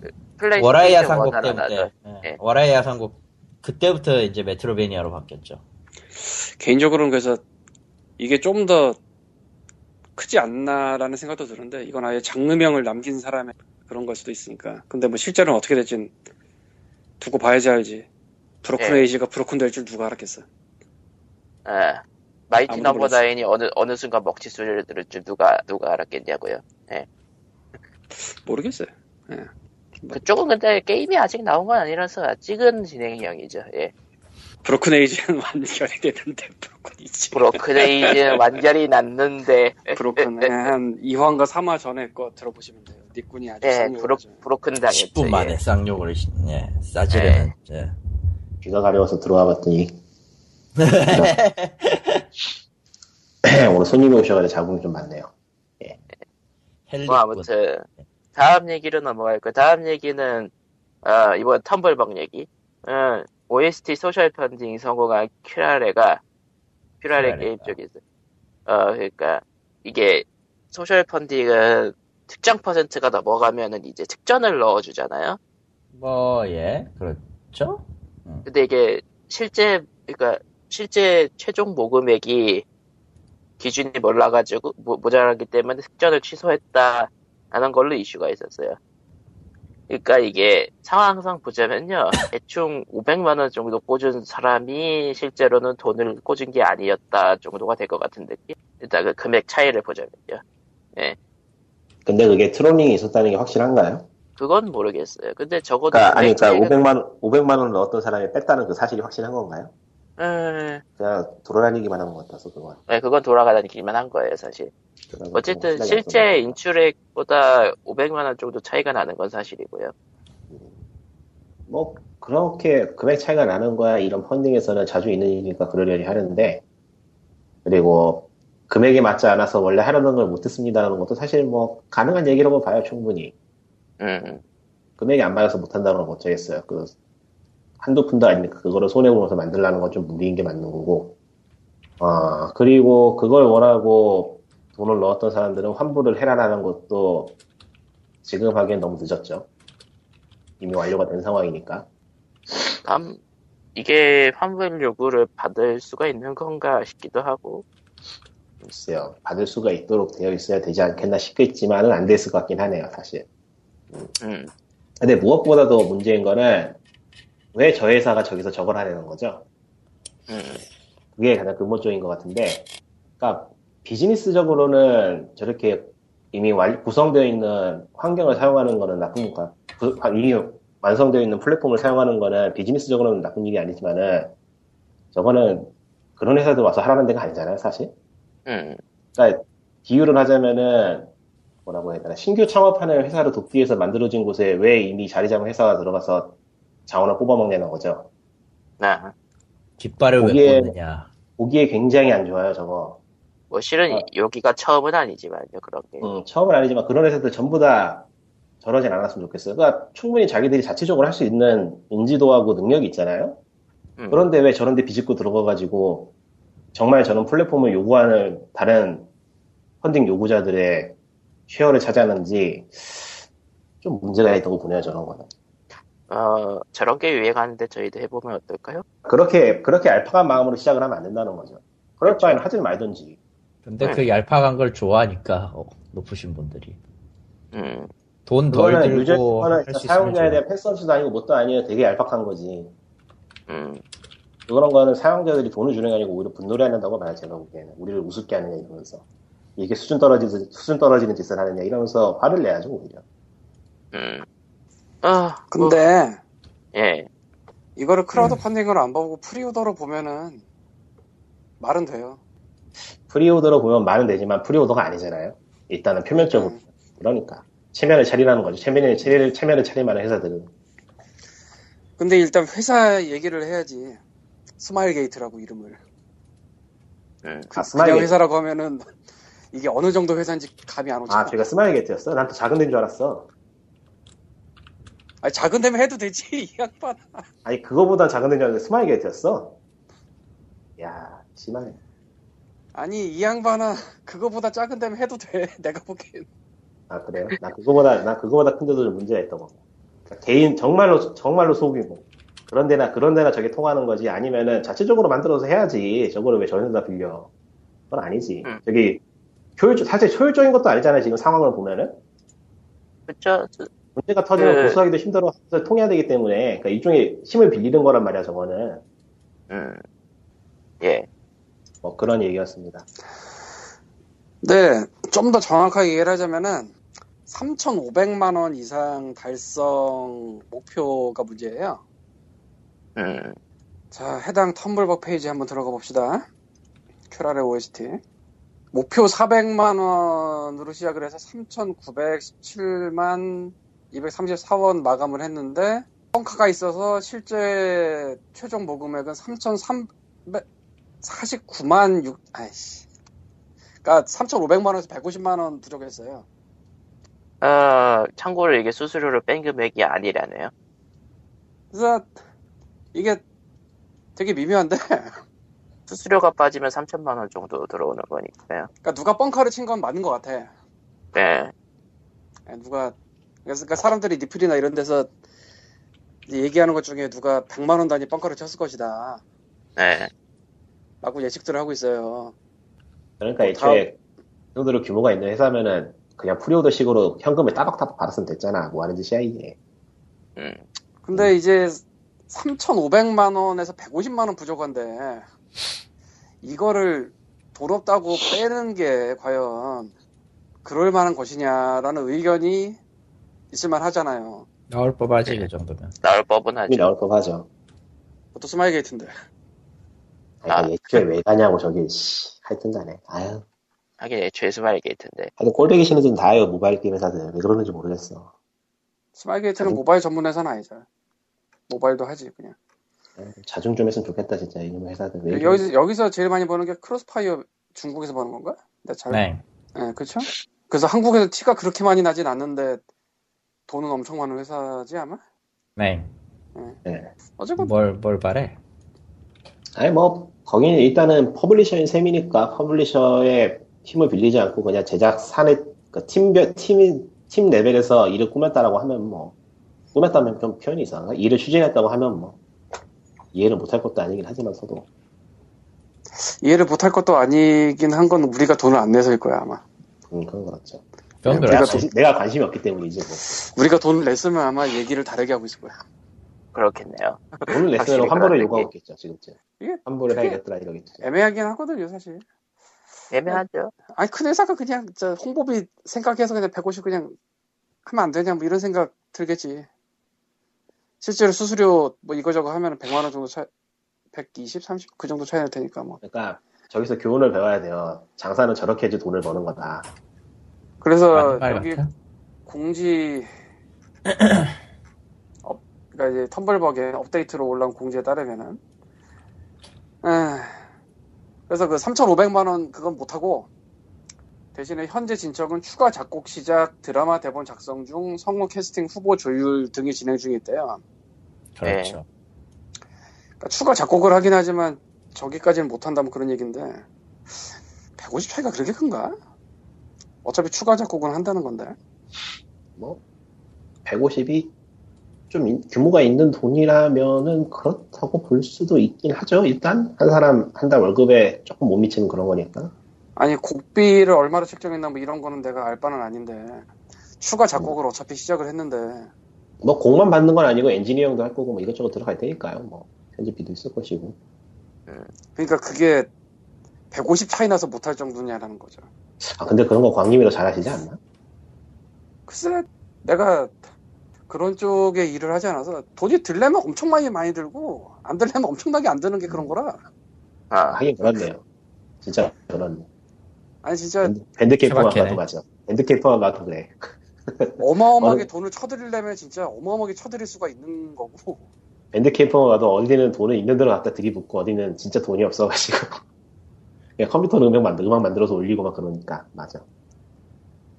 Speaker 1: 그 플레이스테이션
Speaker 2: 워라이아 상국
Speaker 1: 원 하나
Speaker 2: 때부터
Speaker 1: 예.
Speaker 2: 예, 워라이아 상국 그때부터 이제 메트로베니아로 바뀌었죠.
Speaker 3: 개인적으로는 그래서 이게 좀 더 크지 않나라는 생각도 드는데 이건 아예 장르명을 남긴 사람의 그런 걸 수도 있으니까 근데 뭐 실제로는 어떻게 될진 두고 봐야지 알지 브로큰
Speaker 1: 예.
Speaker 3: 에이지가 브로큰 될 줄 누가 알았겠어
Speaker 1: 예. 마이티
Speaker 3: 아무도
Speaker 1: 넘버
Speaker 3: 모르겠어.
Speaker 1: 나인이 어느, 어느 순간 먹튀 소리를 들을 줄 누가, 누가 알았겠냐고요.
Speaker 3: 모르겠어요
Speaker 1: 그쪽은 근데 게임이 아직 나온 건 아니라서 아직은 진행형이죠. 예.
Speaker 3: 브로큰 에이지는 완결이 되는데 브로큰 이지
Speaker 1: 브로크데이즈 완전히 났는데 예, 네.
Speaker 3: 브로큰 한 2화인가 3화 전에 거 들어보시면 돼요 니꾼이 아주
Speaker 1: 예,
Speaker 3: 상용을
Speaker 1: 브로,
Speaker 3: 하죠.
Speaker 1: 브로큰 당했죠
Speaker 2: 10분 만에
Speaker 1: 예.
Speaker 2: 쌍욕을 시- 예, 싸지르는. 예.
Speaker 5: 귀가 가려워서 들어와 봤더니 오늘 손님이 오셔가지고 잡음이 좀 많네요.
Speaker 2: 헬리꾼. 네.
Speaker 1: 뭐 아무튼 다음 얘기로 넘어갈 거예요 다음 얘기는 어, 이번 텀블벅 얘기 어, OST 소셜 펀딩 성공한 큐라레가 큐라레
Speaker 2: 큐라레가.
Speaker 1: 게임 쪽에서 어, 그러니까 이게 소셜 펀딩은 특정 퍼센트가 넘어가면은 이제 특전을 넣어주잖아요
Speaker 2: 뭐, 예, 그렇죠?
Speaker 1: 근데 이게 실제 그러니까 실제 최종 모금액이 기준이 몰라가지고 모- 모자라기 때문에 승전을 취소했다 하는 걸로 이슈가 있었어요. 그러니까 이게 상황상 보자면요, 대충 500만 원 정도 꽂은 사람이 실제로는 돈을 꽂은 게 아니었다 정도가 될 것 같은 느낌. 일단 그 금액 차이를 보자면요.
Speaker 4: 근데 그게 트롤링이 있었다는 게 확실한가요?
Speaker 1: 그건 모르겠어요. 근데 적어도
Speaker 4: 그러니까 아니
Speaker 1: 금액 차이가-
Speaker 4: 그러니까 500만 500만 원을 넣었던 사람이 뺐다는 그 사실이 확실한 건가요?
Speaker 1: 음,
Speaker 4: 그냥 돌아다니기만 한 것 같아서 그건.
Speaker 1: 네, 그건 돌아가다니기만 한 거예요, 사실.
Speaker 4: 그런
Speaker 1: 어쨌든
Speaker 4: 확실하게
Speaker 1: 실제
Speaker 4: 없었나 보다.
Speaker 1: 인출액보다 500만 원 정도 차이가 나는 건 사실이고요.
Speaker 4: 뭐 그렇게 금액 차이가 나는 거야 이런 펀딩에서는 자주 있는 일이니까 그러려니 하는데 그리고 금액이 맞지 않아서 원래 하려던 걸 못했습니다라는 것도 사실 뭐 가능한 얘기라고 봐요 충분히
Speaker 1: 음,
Speaker 4: 금액이 안 맞아서 못한다는 건 어쩌겠어요 그 한두 푼도 아니니까 그거를 손해보면서 만들라는 건 좀 무리인 게 맞는 거고 아 그리고 그걸 원하고 돈을 넣었던 사람들은 환불을 해라라는 것도 지금 하기엔 너무 늦었죠 이미 완료가 된 상황이니까
Speaker 1: 다음 이게 환불 요구를 받을 수가 있는 건가 싶기도 하고,
Speaker 4: 글쎄요. 받을 수가 있도록 되어 있어야 되지 않겠나 싶겠지만은 안 됐을 것 같긴 하네요, 사실.
Speaker 1: 음,
Speaker 4: 근데 무엇보다도 문제인 거는 왜 저 회사가 저기서 저걸 하려는 거죠?
Speaker 1: 음,
Speaker 4: 그게 가장 근본적인 것 같은데, 그러니까 비즈니스적으로는 저렇게 이미 완- 구성되어 있는 환경을 사용하는 거는 나쁜 것 같, 구- 아, 이미 완성되어 있는 플랫폼을 사용하는 거는 비즈니스적으로는 나쁜 일이 아니지만은 저거는 그런 회사들 와서 하라는 데가 아니잖아요, 사실.
Speaker 1: 음,
Speaker 4: 그러니까 비유를 하자면은 뭐라고 해야 되나 신규 창업하는 회사를 돕기 위해서 만들어진 곳에 왜 이미 자리 잡은 회사가 들어가서 자원을 뽑아먹냐는 거죠.
Speaker 1: 나,
Speaker 2: 뒷발을
Speaker 4: 거기에-
Speaker 2: 왜 꽂느냐.
Speaker 4: 보기에 굉장히 안 좋아요, 저거.
Speaker 1: 뭐 실은
Speaker 4: 아.
Speaker 1: 이- 여기가 처음은 아니지만요, 그런 게.
Speaker 4: 음, 처음은 아니지만 그런 회사들 전부 다 저러진 않았으면 좋겠어요. 그러니까 충분히 자기들이 자체적으로 할 수 있는 인지도하고 능력이 있잖아요.
Speaker 1: 음,
Speaker 4: 그런데 왜 저런데 비집고 들어가가지고 정말 저런 플랫폼을 요구하는 다른 펀딩 요구자들의 쉐어를 차지하는지 좀 문제가 있다고 보네요 저런 거는
Speaker 1: 어, 저런 게 유행하는데 저희도 해보면 어떨까요?
Speaker 4: 그렇게 그렇게 알파간 마음으로 시작을 하면 안 된다는 거죠 그럴
Speaker 2: 그렇죠.
Speaker 4: 바엔 하든 말든지
Speaker 2: 근데 그 얄팍한 걸 좋아하니까 어, 높으신 분들이
Speaker 1: 음,
Speaker 2: 돈 덜
Speaker 4: 그거는 유저거
Speaker 2: 들고
Speaker 4: 는
Speaker 2: 할 수 있으면
Speaker 4: 사용자에
Speaker 2: 좋아.
Speaker 4: 대한 패스업지도 아니고 뭣도 아니에요 되게 얄팍한 거지
Speaker 1: 음,
Speaker 4: 그런 거는 사용자들이 돈을 주는 게 아니고 오히려 분노를 한다고 봐요 제가 보기에는 우리를 우습게 하느냐 이러면서 이게 수준 떨어지는 수준 떨어지는 짓을 하느냐 이러면서 화를 내야죠 오히려
Speaker 1: 음. 아, 뭐,
Speaker 3: 근데
Speaker 1: 예,
Speaker 3: 이거를 크라우드 펀딩으로 안 보고 프리오더로 보면은 말은 돼요.
Speaker 4: 프리오더로 보면 말은 되지만 프리오더가 아니잖아요. 일단은 표면적으로. 그러니까. 체면을 차리라는 거죠. 체면을, 체면을, 체면을 차릴만한 회사들은. 아,
Speaker 3: 근데 일단 회사 얘기를 해야지. 스마일 게이트라고 이름을.
Speaker 1: 음,
Speaker 3: 그,
Speaker 4: 아, 스마일
Speaker 3: 냥
Speaker 4: 게이트.
Speaker 3: 회사라고 하면은 이게 어느 정도 회사인지 감이 안 오잖아.
Speaker 4: 아, 제가 스마일 게이트였어? 난 또 작은 데인 줄 알았어.
Speaker 3: 아니, 작은 데면 해도 되지 이 양반.
Speaker 4: 아니, 그거보단 작은 데인 줄 알았는데 스마일 게이트였어? 야 심하네.
Speaker 3: 아니 이 양반아 그거보다 작은 데면 해도 돼. 내가 보기엔.
Speaker 4: 아, 그래요? 나 그거보다, 나 그거보다 큰 데도 좀 문제가 있다고. 그러니까 개인, 정말로, 정말로 속이고. 그런 데나, 그런 데나 저게 통하는 거지. 아니면은 자체적으로 만들어서 해야지. 저거를 왜 저런 데다 빌려. 그건 아니지.
Speaker 1: 음.
Speaker 4: 저기, 효율적, 사실 효율적인 것도 아니잖아요. 지금 상황을 보면은.
Speaker 1: 그쵸?
Speaker 4: 문제가 터지면
Speaker 1: 네.
Speaker 4: 고소하기도 힘들어 서 통해야 되기 때문에 그러니까 일종의 힘을 빌리는 거란 말이야 저거는
Speaker 1: 음, 예,
Speaker 4: 뭐 그런 얘기였습니다
Speaker 3: 네, 좀 더 정확하게 얘기를 하자면은 3,500만 원 이상 달성 목표가 문제예요.
Speaker 1: 음,
Speaker 3: 자, 해당 텀블벅 페이지 한번 들어가 봅시다. 큐라레 OST. 목표 400만 원으로 시작을 해서 3,917만 234원 마감을 했는데 펑크가 있어서 실제 최종 모금액은 3,349만 6 아이씨. 그러니까 3,500만 원에서 150만 원 부족했어요.
Speaker 1: 아, 참고로 이게 수수료를 뺀 금액이 아니라네요.
Speaker 3: 그래서 이게 되게 미묘한데
Speaker 1: 수수료가 빠지면 3천만 원 정도 들어오는 거니까요.
Speaker 3: 그러니까 누가 펑크를 친 건 맞는 것 같아.
Speaker 1: 네.
Speaker 3: 예, 누가 그래서 그러니까 사람들이 리플이나 이런 데서 이제 얘기하는 것 중에 누가 100만 원 단위 뻥커를 쳤을 것이다.
Speaker 1: 네.
Speaker 3: 라고 예측들을 하고 있어요.
Speaker 4: 그러니까
Speaker 3: 뭐
Speaker 4: 애초에 그 정도로 규모가 있는 회사면은 그냥 프리오더식으로 현금을 따박따박 받았으면 됐잖아. 뭐 하는 짓이야 이게.
Speaker 3: 근데 이제 3,500만 원에서 150만 원 부족한데 이거를 돈 없다고 빼는 게 과연 그럴 만한 것이냐라는 의견이 있을만 하잖아요.
Speaker 2: 나올 법하지 그 정도면.
Speaker 1: 나올 법은 하지.
Speaker 4: 이미
Speaker 3: 네.
Speaker 4: 나올 법하죠.
Speaker 3: 그것도 스마일 게이트인데.
Speaker 4: 아,
Speaker 1: 아.
Speaker 4: 애초에 왜 가냐고 저기 씨 하여튼 간에 아유
Speaker 1: 하긴 애초에 스마일 게이트인데.
Speaker 4: 하여튼 꼴배기 싫은 짓은 다 해요 모바일 게임 회사들 왜 그러는지 모르겠어
Speaker 3: 스마일 게이트는
Speaker 4: 아니.
Speaker 3: 모바일 전문 회사는 아니잖아. 모바일도 하지 그냥.
Speaker 4: 자중 좀 했으면 좋겠다 진짜 이놈 회사들 왜 이러는지.
Speaker 3: 예, 여기서, 여기서 제일 많이 버는 게 크로스파이어 중국에서 버는 건가? 나
Speaker 4: 아.
Speaker 3: 잘.
Speaker 2: 네.
Speaker 3: 예, 그렇죠. 그래서 한국에서 티가 그렇게 많이 나진 않는데 돈은 엄청 많은 회사지 아마.
Speaker 2: 네.
Speaker 3: 어쨌건
Speaker 2: 뭘, 뭘 바래?
Speaker 4: 아니 뭐 거기는 일단은 퍼블리셔인 셈이니까 퍼블리셔의 힘을 빌리지 않고 그냥 제작사의 그 팀별 팀이 팀 레벨에서 일을 꾸몄다라고 하면 뭐 꾸몄다면 좀 표현이 이상한가? 일을 추진했다고 하면 뭐 이해를 못할 것도 아니긴 하지만서도
Speaker 3: 이해를 못할 것도 아니긴 한 건 우리가 돈을 안 내서일 거야 아마.
Speaker 4: 음, 그런 거 같죠.
Speaker 2: 그건
Speaker 4: 내가,
Speaker 2: 그렇지.
Speaker 4: 관심, 내가 관심이 없기 때문이지 뭐
Speaker 3: 우리가 돈을 냈으면 아마 얘기를 다르게 하고 있을 거야.
Speaker 1: 그렇겠네요.
Speaker 4: 오늘 레슨으로
Speaker 1: 확실히
Speaker 4: 환불을
Speaker 1: 그런
Speaker 4: 요구하겠죠 지금쯤
Speaker 3: 이게
Speaker 4: 환불을
Speaker 3: 그게-
Speaker 4: 해야겠더라 이러겠죠.
Speaker 3: 애매하긴 하거든요 사실.
Speaker 1: 애매하죠.
Speaker 3: 아니 큰 회사가 그냥 저 홍보비 생각해서 그냥 150 그냥 하면 안 되냐 뭐 이런 생각 들겠지. 실제로 수수료 뭐 이거저거 하면 100만 원 정도 차, 120, 30 그 정도 차이 날 테니까 뭐.
Speaker 4: 그러니까 저기서 교훈을 배워야 돼요. 장사는 저렇게 해야지 돈을 버는 거다.
Speaker 3: 그래서
Speaker 2: 맞는 말
Speaker 3: 여기
Speaker 2: 같아.
Speaker 3: 공지 업, 그러니까 이제 텀블벅에 업데이트로 올라온 공지에 따르면은 에, 그래서 그 3,500만 원 그건 못 하고 대신에 현재 진척은 추가 작곡 시작, 드라마 대본 작성 중, 성우 캐스팅 후보 조율 등이 진행 중에 있대요.
Speaker 2: 그렇죠.
Speaker 3: 그러니까 추가 작곡을 하긴 하지만 저기까지는 못 한다 뭐 그런 얘기인데 150 차이가 그렇게 큰가? 어차피 추가 작곡은 한다는 건데.
Speaker 4: 뭐 150이 좀 인- 규모가 있는 돈이라면은 그렇다고 볼 수도 있긴 하죠. 일단 한 사람 한 달 월급에 조금 못 미치는 그런 거니까.
Speaker 3: 아니 곡비를 얼마로 책정했나 뭐 이런 거는 내가 알 바는 아닌데 추가 작곡을 어차피 시작을 했는데
Speaker 4: 뭐 공만 받는 건 아니고 엔지니어링도 할 거고 뭐 이것저것 들어갈 테니까요. 뭐 편집비도 있을 것이고.
Speaker 3: 그러니까 그게 150 차이 나서 못할 정도냐라는 거죠
Speaker 4: 아 근데 그런 거 광님이 더 잘하시지 않나?
Speaker 3: 글쎄 내가 그런 쪽에 일을 하지 않아서 돈이 들려면 엄청 많이 많이 들고 안 들려면 엄청나게 안 드는 게 그런 거라
Speaker 4: 아,
Speaker 1: 아,
Speaker 4: 하긴 그렇네요. 진짜 그렇네.
Speaker 3: 아니 진짜
Speaker 4: 밴드- 밴드 캐퍼만
Speaker 2: 케바케네.
Speaker 4: 봐도 맞아. 밴드 캐퍼만 봐도 그래.
Speaker 3: 어마어마하게
Speaker 4: 어느-
Speaker 3: 돈을 쳐드리려면 진짜 어마어마하게 쳐드릴 수가 있는 거고
Speaker 4: 밴드 캠퍼만 가도 어디는 돈을 있는 대로 갖다 들이붓고 어디는 진짜 돈이 없어가지고 그냥 컴퓨터로 음악 만들 음악 만들어서 올리고 막 그러니까 맞아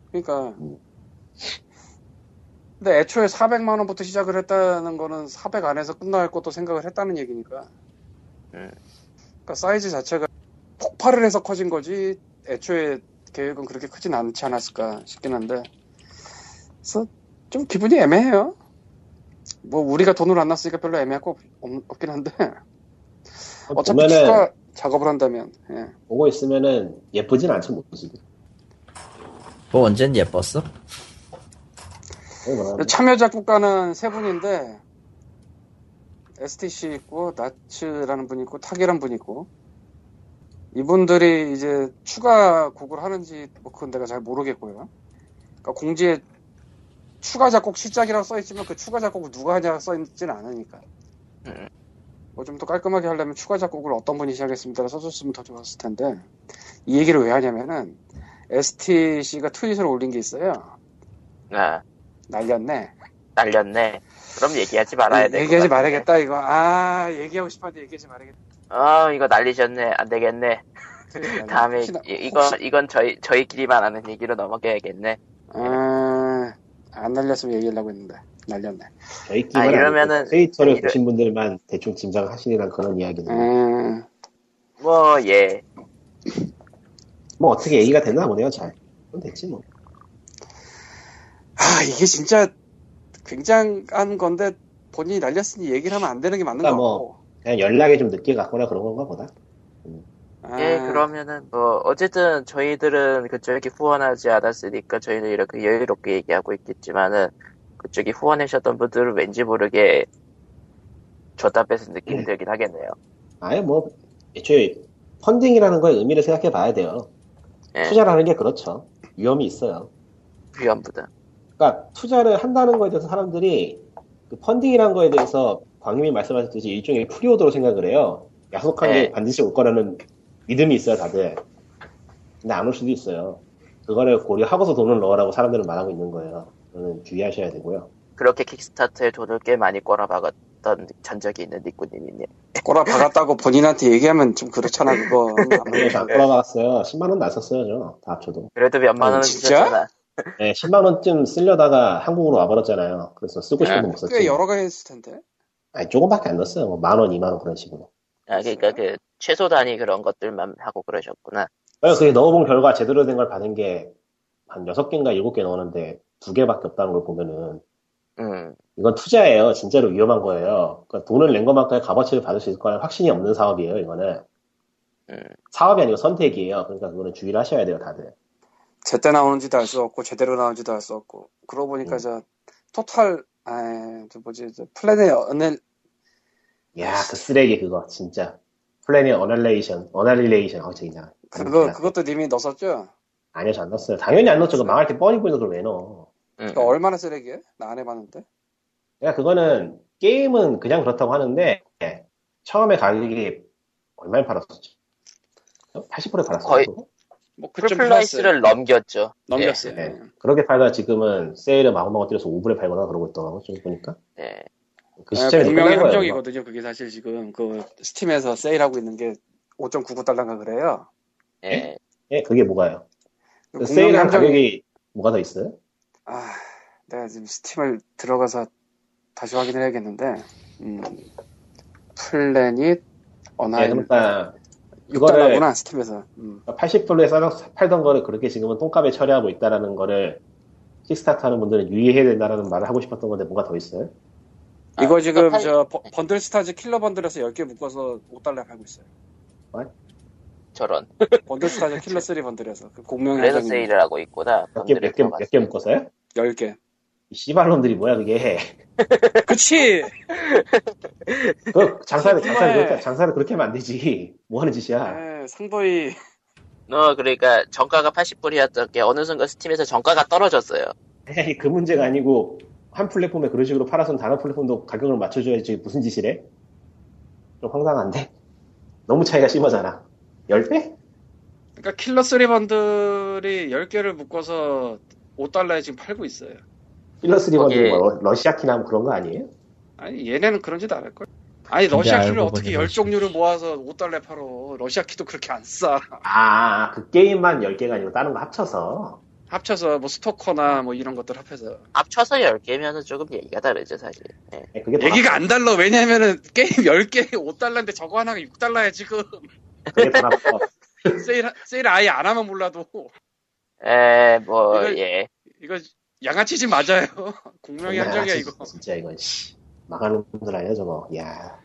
Speaker 3: 그러니까
Speaker 4: 음.
Speaker 3: 근데 애초에 400만 원부터 시작을 했다는 거는 400 안에서 끝날 것도 생각을 했다는 얘기니까
Speaker 4: 예.
Speaker 1: 네.
Speaker 3: 그러니까 사이즈 자체가 폭발을 해서 커진 거지 애초에 계획은 그렇게 크진 않지 않았을까 싶긴 한데 그래서 좀 기분이 애매해요 뭐 우리가 돈을 안 놨으니까 별로 애매할 거 없, 없- 없긴 한데 어차피
Speaker 4: 뭐 보면은
Speaker 3: 추가 작업을 한다면 예.
Speaker 4: 보고 있으면은 예쁘진 않지 모습이
Speaker 2: 뭐 언젠 예뻤어?
Speaker 4: 그런 거는
Speaker 3: 근데 네, 참여 작곡가는 세 분인데 STC 있고 나츠라는 분 있고 타기란 분 있고 이분들이 이제 추가 곡을 하는지 뭐 그건 내가 잘 모르겠고요. 그러니까 공지에 추가 작곡 시작이라고 써 있지만 그 추가 작곡을 누가 하냐 써 있진 않으니까.
Speaker 1: 음.
Speaker 3: 뭐 좀 더 깔끔하게 하려면 추가 작곡을 어떤 분이 시작했습니다라 써줬으면 더 좋았을 텐데 이 얘기를 왜 하냐면은 STC가 트윗을 올린 게 있어요.
Speaker 1: 아,
Speaker 3: 날렸네.
Speaker 1: 날렸네. 그럼 얘기하지 말아야 돼.
Speaker 3: 예, 네, 얘기하지 말아야겠다 이거 아 얘기하고 싶었는데 얘기하지 말아야겠다
Speaker 1: 아, 이거 날리셨네. 안 되겠네. 다음에
Speaker 3: 혹시나-
Speaker 1: 이, 건
Speaker 3: 혹시-
Speaker 1: 이건 저희 저희끼리만 아는 얘기로 넘어가야겠네.
Speaker 3: 아, 안 날렸으면 얘기하려고 했는데 날렸네
Speaker 4: 저희끼리만
Speaker 1: 아,
Speaker 4: 아니고
Speaker 1: 이러면은-
Speaker 4: 그 트위터를
Speaker 1: 이러-
Speaker 4: 보신 분들만 대충 짐작하시리란 그런 이야기는
Speaker 3: 음,
Speaker 1: 뭐 예.
Speaker 4: 뭐 어떻게 얘기가 됐나 보네요 잘 그럼 됐지 뭐
Speaker 3: 아 이게 진짜 굉장한 건데 본인이 날렸으니 얘기를 하면 안 되는 게 맞는 거
Speaker 4: 그러니까
Speaker 3: 같고
Speaker 4: 뭐- 그냥 연락이 좀 늦게 갔거나 그런 건가 보다
Speaker 3: 아,
Speaker 1: 예, 그러면은 뭐 어쨌든 저희들은 그쪽이 후원하지 않았으니까 저희는 이렇게 여유롭게 얘기하고 있겠지만은 그쪽이 후원하셨던 분들은 왠지 모르게 줬다 뺏은
Speaker 3: 음.
Speaker 1: 느낌이 들긴 하겠네요.
Speaker 4: 아예 뭐 애초에 펀딩이라는 거의 의미를 생각해 봐야 돼요.
Speaker 1: 예,
Speaker 4: 투자라는 게 그렇죠. 위험이 있어요.
Speaker 1: 위험부담.
Speaker 4: 그러니까 투자를 한다는 거에 대해서 사람들이 그 펀딩이라는 거에 대해서 광님이 말씀하셨듯이 일종의 프리오더로 생각을 해요. 약속한
Speaker 1: 네.
Speaker 4: 게 반드시 올 거라는 믿음이 있어요, 다들. 근데 안 올 수도 있어요. 그거를 고려하고서 돈을 넣으라고 사람들은 말하고 있는 거예요. 저는 주의하셔야 되고요.
Speaker 1: 그렇게 킥스타트에 돈을 꽤 많이 꼬라박았던 전적이 있는 니꾸님이니.
Speaker 3: 꼬라 박았다고 본인한테 얘기하면 좀 그렇잖아 그거.
Speaker 4: 그래서 안
Speaker 3: 네.
Speaker 4: 돌아갔어요. 10만 원도 안 썼어요, 저. 다 합쳐도.
Speaker 1: 그래도 몇만
Speaker 4: 음,
Speaker 1: 원은
Speaker 3: 진짜?
Speaker 1: 주셨잖아.
Speaker 4: 네, 10만 원쯤 쓰려다가 한국으로 와버렸잖아요. 그래서 쓰고 싶은
Speaker 1: 네.
Speaker 4: 돈 못 썼지.
Speaker 3: 꽤 여러 가지 있을 텐데.
Speaker 4: 아니, 조금밖에 안 넣었어요. 뭐 만 원, 이만 원 그런 식으로.
Speaker 1: 아, 그러니까 그 최소 단위 그런 것들만 하고 그러셨구나.
Speaker 4: 그러니까 그래서 그게 넣어본 결과 제대로 된 걸 받은 게 한 6개인가 7개 넣었는데 2개밖에 없다는 걸 보면은
Speaker 1: 음,
Speaker 4: 이건 투자예요. 진짜로 위험한 거예요. 그러니까 돈을 낸 것만큼의 값어치를 받을 수 있을 거라는 확신이 없는 사업이에요, 이거는.
Speaker 3: 예.
Speaker 1: 음.
Speaker 4: 사업이 아니고 선택이에요. 그러니까 그거는 주의를 하셔야 돼요, 다들.
Speaker 3: 제때 나오는지도 알 수 없고 제대로 나오는지도 알 수 없고 그러고 보니까
Speaker 4: 음.
Speaker 3: 저 토탈 아저 뭐지 저 플랜의 어느
Speaker 4: 야, 그 쓰레기 그거 진짜. 플래닛 어널레이션, 어널리레이션. 어, 저기 나.
Speaker 3: 그거 그것도 님이 넣었었죠?
Speaker 4: 아니요, 저안 넣었어요. 당연히 안 넣었죠. 그 망할 게 뻔히 보이는 걸왜 넣어.
Speaker 1: 음.
Speaker 3: 그거 그러니까 얼마나 쓰레기에? 나 안 해봤는데.
Speaker 4: 그러니까 그거는 게임은 그냥 그렇다고 하는데 처음에 가격이 얼마에 팔았었지? 80%에 팔았어.
Speaker 1: 거의-
Speaker 3: 뭐 그쯤
Speaker 1: 풀플라이스를 예. 넘겼죠.
Speaker 3: 넘겼어요.
Speaker 4: 예. 네. 그렇게 팔다가 지금은 세일을 마구마구 때려서 5불에 팔거나 그러고 있더라고 지금 보니까
Speaker 1: 예. 예.
Speaker 4: 그 시점이
Speaker 3: 아, 분명히
Speaker 4: 끝난 거예요,
Speaker 3: 함정이거든요. 그게 사실 지금 그 스팀에서 세일하고 있는 게 5.99달러인가 그래요.
Speaker 1: 예.
Speaker 4: 이거. 예, 그게 뭐가요? 그
Speaker 3: 분명히
Speaker 4: 세일한
Speaker 3: 함정이-
Speaker 4: 가격이 뭐가 더 있어요?
Speaker 3: 아, 내가 지금 스팀을 들어가서 다시 확인을 해야겠는데, 음, 플래닛
Speaker 4: 예,
Speaker 3: 어나인
Speaker 4: 그러니까 이거를
Speaker 3: 6달러구나 스팀에서. 음.
Speaker 4: 80불에 싸서 팔던 거를 그렇게 지금은 똥값에 처리하고 있다라는 거를 킥스타트 하는 분들은 유의해야 된다라는 말을 하고 싶었던 건데 뭐가 더 있어요?
Speaker 1: 아,
Speaker 3: 이거 지금
Speaker 1: 팔-
Speaker 3: 저 번- 번들 스타즈 킬러 번들에서 10개 묶어서 5달러에 팔고 있어요.
Speaker 1: 저런.
Speaker 3: 번들 스타즈 킬러 3 번들에서 그 공명의
Speaker 1: 그래서
Speaker 3: 함정이
Speaker 1: 세일을 하고 있구나.
Speaker 4: 몇 개, 몇 개, 몇 개 묶었어요?
Speaker 3: 10개.
Speaker 4: 이 씨발놈들이 뭐야 그게
Speaker 3: 그치!
Speaker 4: 그 장사를 장사를
Speaker 3: 정말.
Speaker 4: 그렇게 장사를 그렇게 하면 안 되지. 뭐 하는 짓이야?
Speaker 3: 에, 예, 상도이.
Speaker 1: 어, 그러니까 정가가 80불이었던 게 어느 순간 스팀에서 정가가 떨어졌어요.
Speaker 3: 네.
Speaker 4: 에이, 그 문제가 아니고 한 플랫폼에 그런 식으로 팔아서는 다른 플랫폼도 가격을 맞춰줘야지 무슨 짓이래? 좀 황당한데 너무 차이가 심하잖아. 10배?
Speaker 3: 그러니까 킬러 3 번들이 10개를 묶어서 5달러에 지금 팔고 있어요.
Speaker 4: 필러스리
Speaker 1: 거기에-
Speaker 4: 버는 뭐 러시아 키나 뭐 그런 거 아니에요?
Speaker 3: 아니 얘네는 그런 짓 안 할 걸. 아니 러시아
Speaker 6: 근데
Speaker 3: 키를
Speaker 6: 알고
Speaker 3: 어떻게
Speaker 6: 보니
Speaker 3: 열
Speaker 6: 러시아
Speaker 3: 종류를 모아서 5달러 에 팔어? 러시아 키도 그렇게 안 싸.
Speaker 4: 아, 그 게임만 10개가 아니고 다른 거 합쳐서
Speaker 3: 합쳐서 뭐 스토커나 뭐 이런 것들 합해서
Speaker 1: 합쳐서 10개면은 조금 얘기가 다르죠, 사실. 예.
Speaker 4: 네, 그게 더,
Speaker 3: 얘기가 안 달라. 왜냐면은 게임 10개 5달러인데 저거 하나가 6달러야 지금.
Speaker 4: 나- 그게 더 나빠.
Speaker 3: 세일 세일 아예 안 하면 몰라도
Speaker 1: 에, 뭐,
Speaker 3: 이걸-
Speaker 1: 예.
Speaker 3: 이거 양아치지 맞아요. 공명의
Speaker 4: 야,
Speaker 3: 함정이야
Speaker 4: 진짜-
Speaker 3: 이거.
Speaker 4: 진짜 이건 씨. 망하는 놈들 아니야 저거. 야.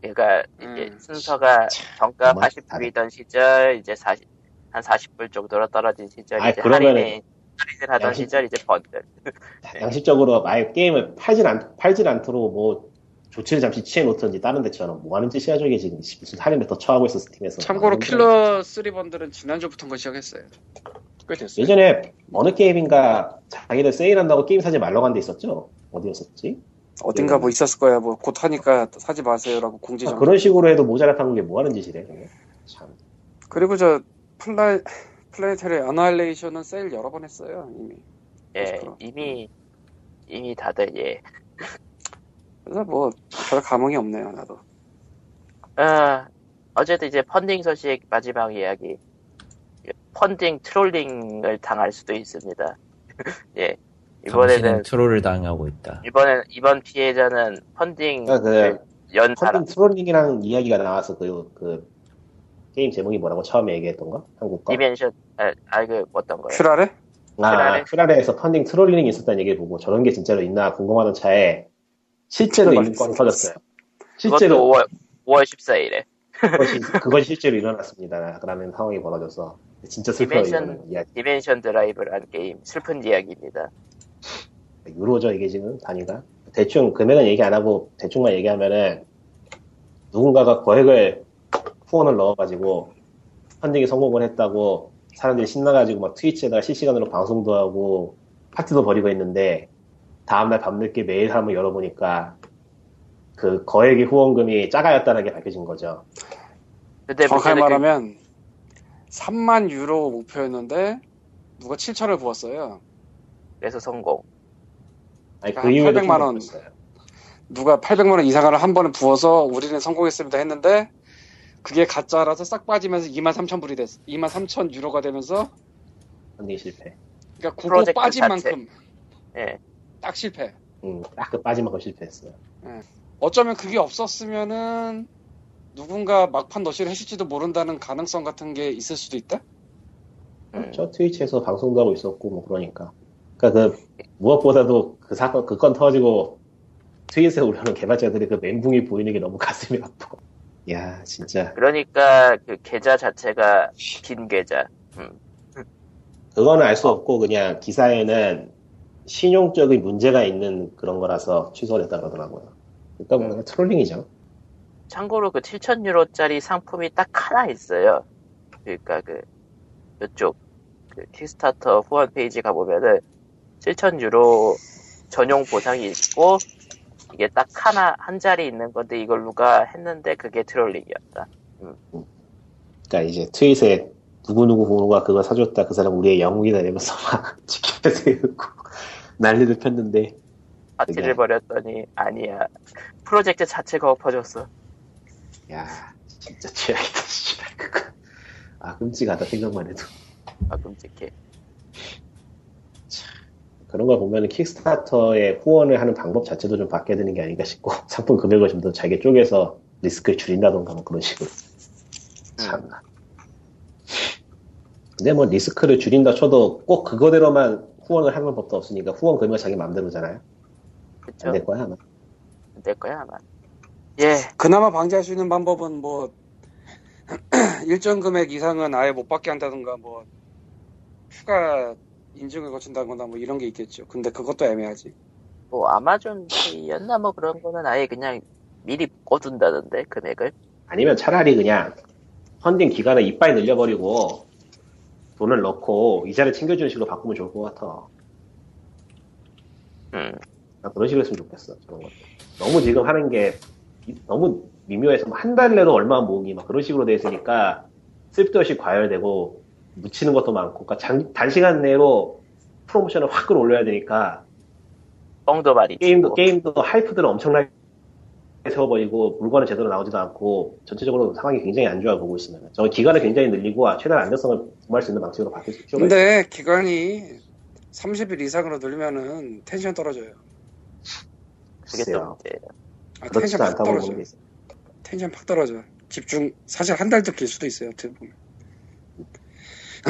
Speaker 1: 그러니까, 이게
Speaker 3: 음,
Speaker 1: 순서가 정가
Speaker 4: 정말
Speaker 1: 80불이던 시절, 이제 40, 한 40불 정도로 떨어진 시절,
Speaker 4: 아이,
Speaker 1: 이제
Speaker 4: 그러면은-
Speaker 1: 할인에, 할인을 하던
Speaker 4: 양심-
Speaker 1: 시절, 이제 번들.
Speaker 3: 네.
Speaker 4: 양식적으로 아예 게임을 팔질 않 팔질 않도록 뭐 조치를 잠시 취해 놓던지 다른 데처럼 뭐 하는 짓이야 저게 지금 무슨 할인을 더 처하고 있어 스팀에서
Speaker 3: 참고로
Speaker 4: 아,
Speaker 3: 킬러 3 번들은 지난주부터인가 시작했어요. 꽤 됐어요.
Speaker 4: 예전에 어느 게임인가 자기들 세일한다고 게임 사지 말라고 한 데 있었죠 어디였었지
Speaker 3: 어딘가 뭐 있었을 거야. 뭐 곧 하니까 사지 마세요라고 공지
Speaker 4: 아,
Speaker 3: 좀.
Speaker 4: 그런 식으로 해도 모자랐다는 게 뭐 하는 짓이래 저게 참
Speaker 3: 그리고 저 플라 플래네터리 어나일레이션은 세일 여러 번 했어요 이미.
Speaker 1: 예.
Speaker 3: 그렇구나.
Speaker 1: 이미, 이미 다들, 예.
Speaker 3: 그래서 뭐 별 감흥이 없네요 나도.
Speaker 1: 아, 어쨌든 이제 펀딩 소식 마지막 이야기. 펀딩 트롤링을 당할 수도 있습니다. 예. 이번에는,
Speaker 2: 당신은 트롤을 당하고 있다.
Speaker 1: 이번엔, 이번 피해자는 펀딩
Speaker 3: 네.
Speaker 4: 그러니까 그
Speaker 1: 연 사람.
Speaker 4: 펀딩 트롤링이라는 이야기가 나왔었고요 그 게임 제목이 뭐라고 처음에 얘기했던 거 한국 거
Speaker 1: 디멘션, 아, 아, 그, 어떤 거예요?
Speaker 3: 큐라레?
Speaker 4: 아,
Speaker 1: 크라레.
Speaker 4: 크라레에서 펀딩 트롤링이 있었다는 얘기를 보고 저런 게 진짜로 있나 궁금하던 차에 실제로
Speaker 3: 정말
Speaker 4: 있는 건이
Speaker 3: 있었어.
Speaker 4: 터졌어요.
Speaker 1: 그것도
Speaker 4: 실제로
Speaker 1: 5월, 5월 14일에.
Speaker 4: 그것이, 그것이 실제로 일어났습니다. 라는 상황이 벌어져서 진짜 슬퍼요.
Speaker 1: 디멘션.
Speaker 4: 이거는. 이야,
Speaker 1: 디멘션 드라이브라는 게임 슬픈 이야기입니다.
Speaker 4: 유로죠 이게 지금 단위가 대충 금액은 얘기 안 하고 대충만 얘기하면은 누군가가 거액을 후원을 넣어가지고 펀딩이 성공을 했다고 사람들이 신나가지고 막 트위치에다가 실시간으로 방송도 하고 파티도 벌이고 있는데 다음날 밤늦게 메일 한번 열어보니까 그 거액의 후원금이 작아였다는 게 밝혀진 거죠.
Speaker 1: 근데
Speaker 3: 정확하게
Speaker 1: 문제는 그-
Speaker 3: 말하면 3만 유로 목표였는데 누가 7천을 부었어요.
Speaker 1: 그래서 성공.
Speaker 4: 아니 그
Speaker 3: 한
Speaker 4: 이후에도
Speaker 3: 800만
Speaker 4: 충분히
Speaker 3: 원.
Speaker 4: 있어요.
Speaker 3: 누가 800만 원 이상을 한 번에 부어서 우리는 성공했습니다 했는데 그게 가짜라서 싹 빠지면서 2만 3천 불이 됐어. 2만 3천 유로가 되면서
Speaker 4: 펀딩 실패.
Speaker 3: 그러니까 그거
Speaker 1: 프로젝트
Speaker 3: 빠진
Speaker 1: 자체.
Speaker 3: 만큼
Speaker 1: 예.
Speaker 3: 딱 실패.
Speaker 4: 음, 딱 그 빠지만큼 실패했어요.
Speaker 3: 어쩌면 그게 없었으면은 누군가 막판 너시를 했을지도 모른다는 가능성 같은 게 있을 수도 있다.
Speaker 1: 음.
Speaker 4: 저 트위치에서 방송도 하고 있었고 뭐 그러니까 그러니까 그 무엇보다도 그 사건 그 건 터지고 트윗에 올라오는 개발자들이 그 멘붕이 보이는 게 너무 가슴이 아프고 야 진짜
Speaker 1: 그러니까 그 계좌 자체가 빈 계좌.
Speaker 4: 그거는 알 수 없고 그냥 기사에는 신용적인 문제가 있는 그런 거라서 취소를 했다 그러더라고요 그러니까 뭔가 트롤링이죠
Speaker 1: 참고로 그 7천 유로짜리 상품이 딱 하나 있어요. 그러니까 그 이쪽 그 킥스타터 후원 페이지 가 보면은 7천 유로 전용 보상이 있고 이게 딱 하나 한 자리 있는 건데 이걸 누가 했는데 그게 트롤링이었다.
Speaker 4: 그러니까 이제 트윗에 누구누구 부모가 그걸 사줬다 그 사람 우리의 영웅이다 이러면서 막 지켜야 되고 난리를 폈는데
Speaker 1: 파티를
Speaker 4: 그게-
Speaker 1: 벌였더니 아니야 프로젝트 자체가 엎어졌어.
Speaker 4: 야 진짜 최악이다 씨발 그거 아 끔찍하다 생각만 해도
Speaker 1: 아 끔찍해.
Speaker 4: 그런 걸 보면 킥스타터에 후원을 하는 방법 자체도 좀 바뀌어야 되는 게 아닌가 싶고 상품 금액을 좀 더 자기 쪼개서 리스크를 줄인다던가 뭐 그런 식으로
Speaker 1: 음.
Speaker 4: 참나 근데 뭐 리스크를 줄인다 쳐도 꼭 그거대로만 후원을 하는 법도 없으니까 후원 금액은 자기 마음대로잖아요
Speaker 1: 그쵸?
Speaker 4: 안 될 거야 아마
Speaker 1: 안 될 거야 아마. 예.
Speaker 3: 그나마 방지할 수 있는 방법은 뭐 일정 금액 이상은 아예 못 받게 한다든가 뭐 추가 인증을 거친다거나 뭐 이런 게 있겠죠. 근데 그것도 애매하지.
Speaker 1: 뭐 아마존 페이였나 뭐 그런 거는 아예 그냥 미리 꺼둔다던데 금액을
Speaker 4: 아니면 차라리 그냥 펀딩 기간을 이빨 늘려버리고 돈을 넣고 이자를 챙겨주는 식으로 바꾸면 좋을 것 같아
Speaker 1: 음.
Speaker 4: 나 그런 식으로 했으면 좋겠어. 저런 것 너무 지금 하는 게 이- 너무 미묘해서 뭐한 달 내로 얼마 모으기 막 그런 식으로 돼 있으니까 쓸데없이 과열되고 묻히는 것도 많고 그러니까 장- 단시간 내로 프로모션을 확 끌어올려야 되니까
Speaker 1: 뻥도 많이
Speaker 4: 게임도
Speaker 1: 치고.
Speaker 4: 게임도 하이프들을 엄청나게 세워버리고 물건은 제대로 나오지도 않고 전체적으로 상황이 굉장히 안 좋아 보고 있으면 저 기간을 굉장히 늘리고 아, 최대한 안정성을 구할 수 있는 방식으로 바뀔 수 있죠.
Speaker 3: 근데 기간이 30일 이상으로 늘리면은 텐션 떨어져요.
Speaker 1: 그게 또 문제예요.
Speaker 3: 아, 텐션
Speaker 4: 그렇지도
Speaker 3: 팍
Speaker 4: 않다고
Speaker 3: 떨어져.
Speaker 4: 모르겠어요.
Speaker 3: 텐션 팍 떨어져. 집중 사실 한 달도 길 수도 있어요. 어떻게 보면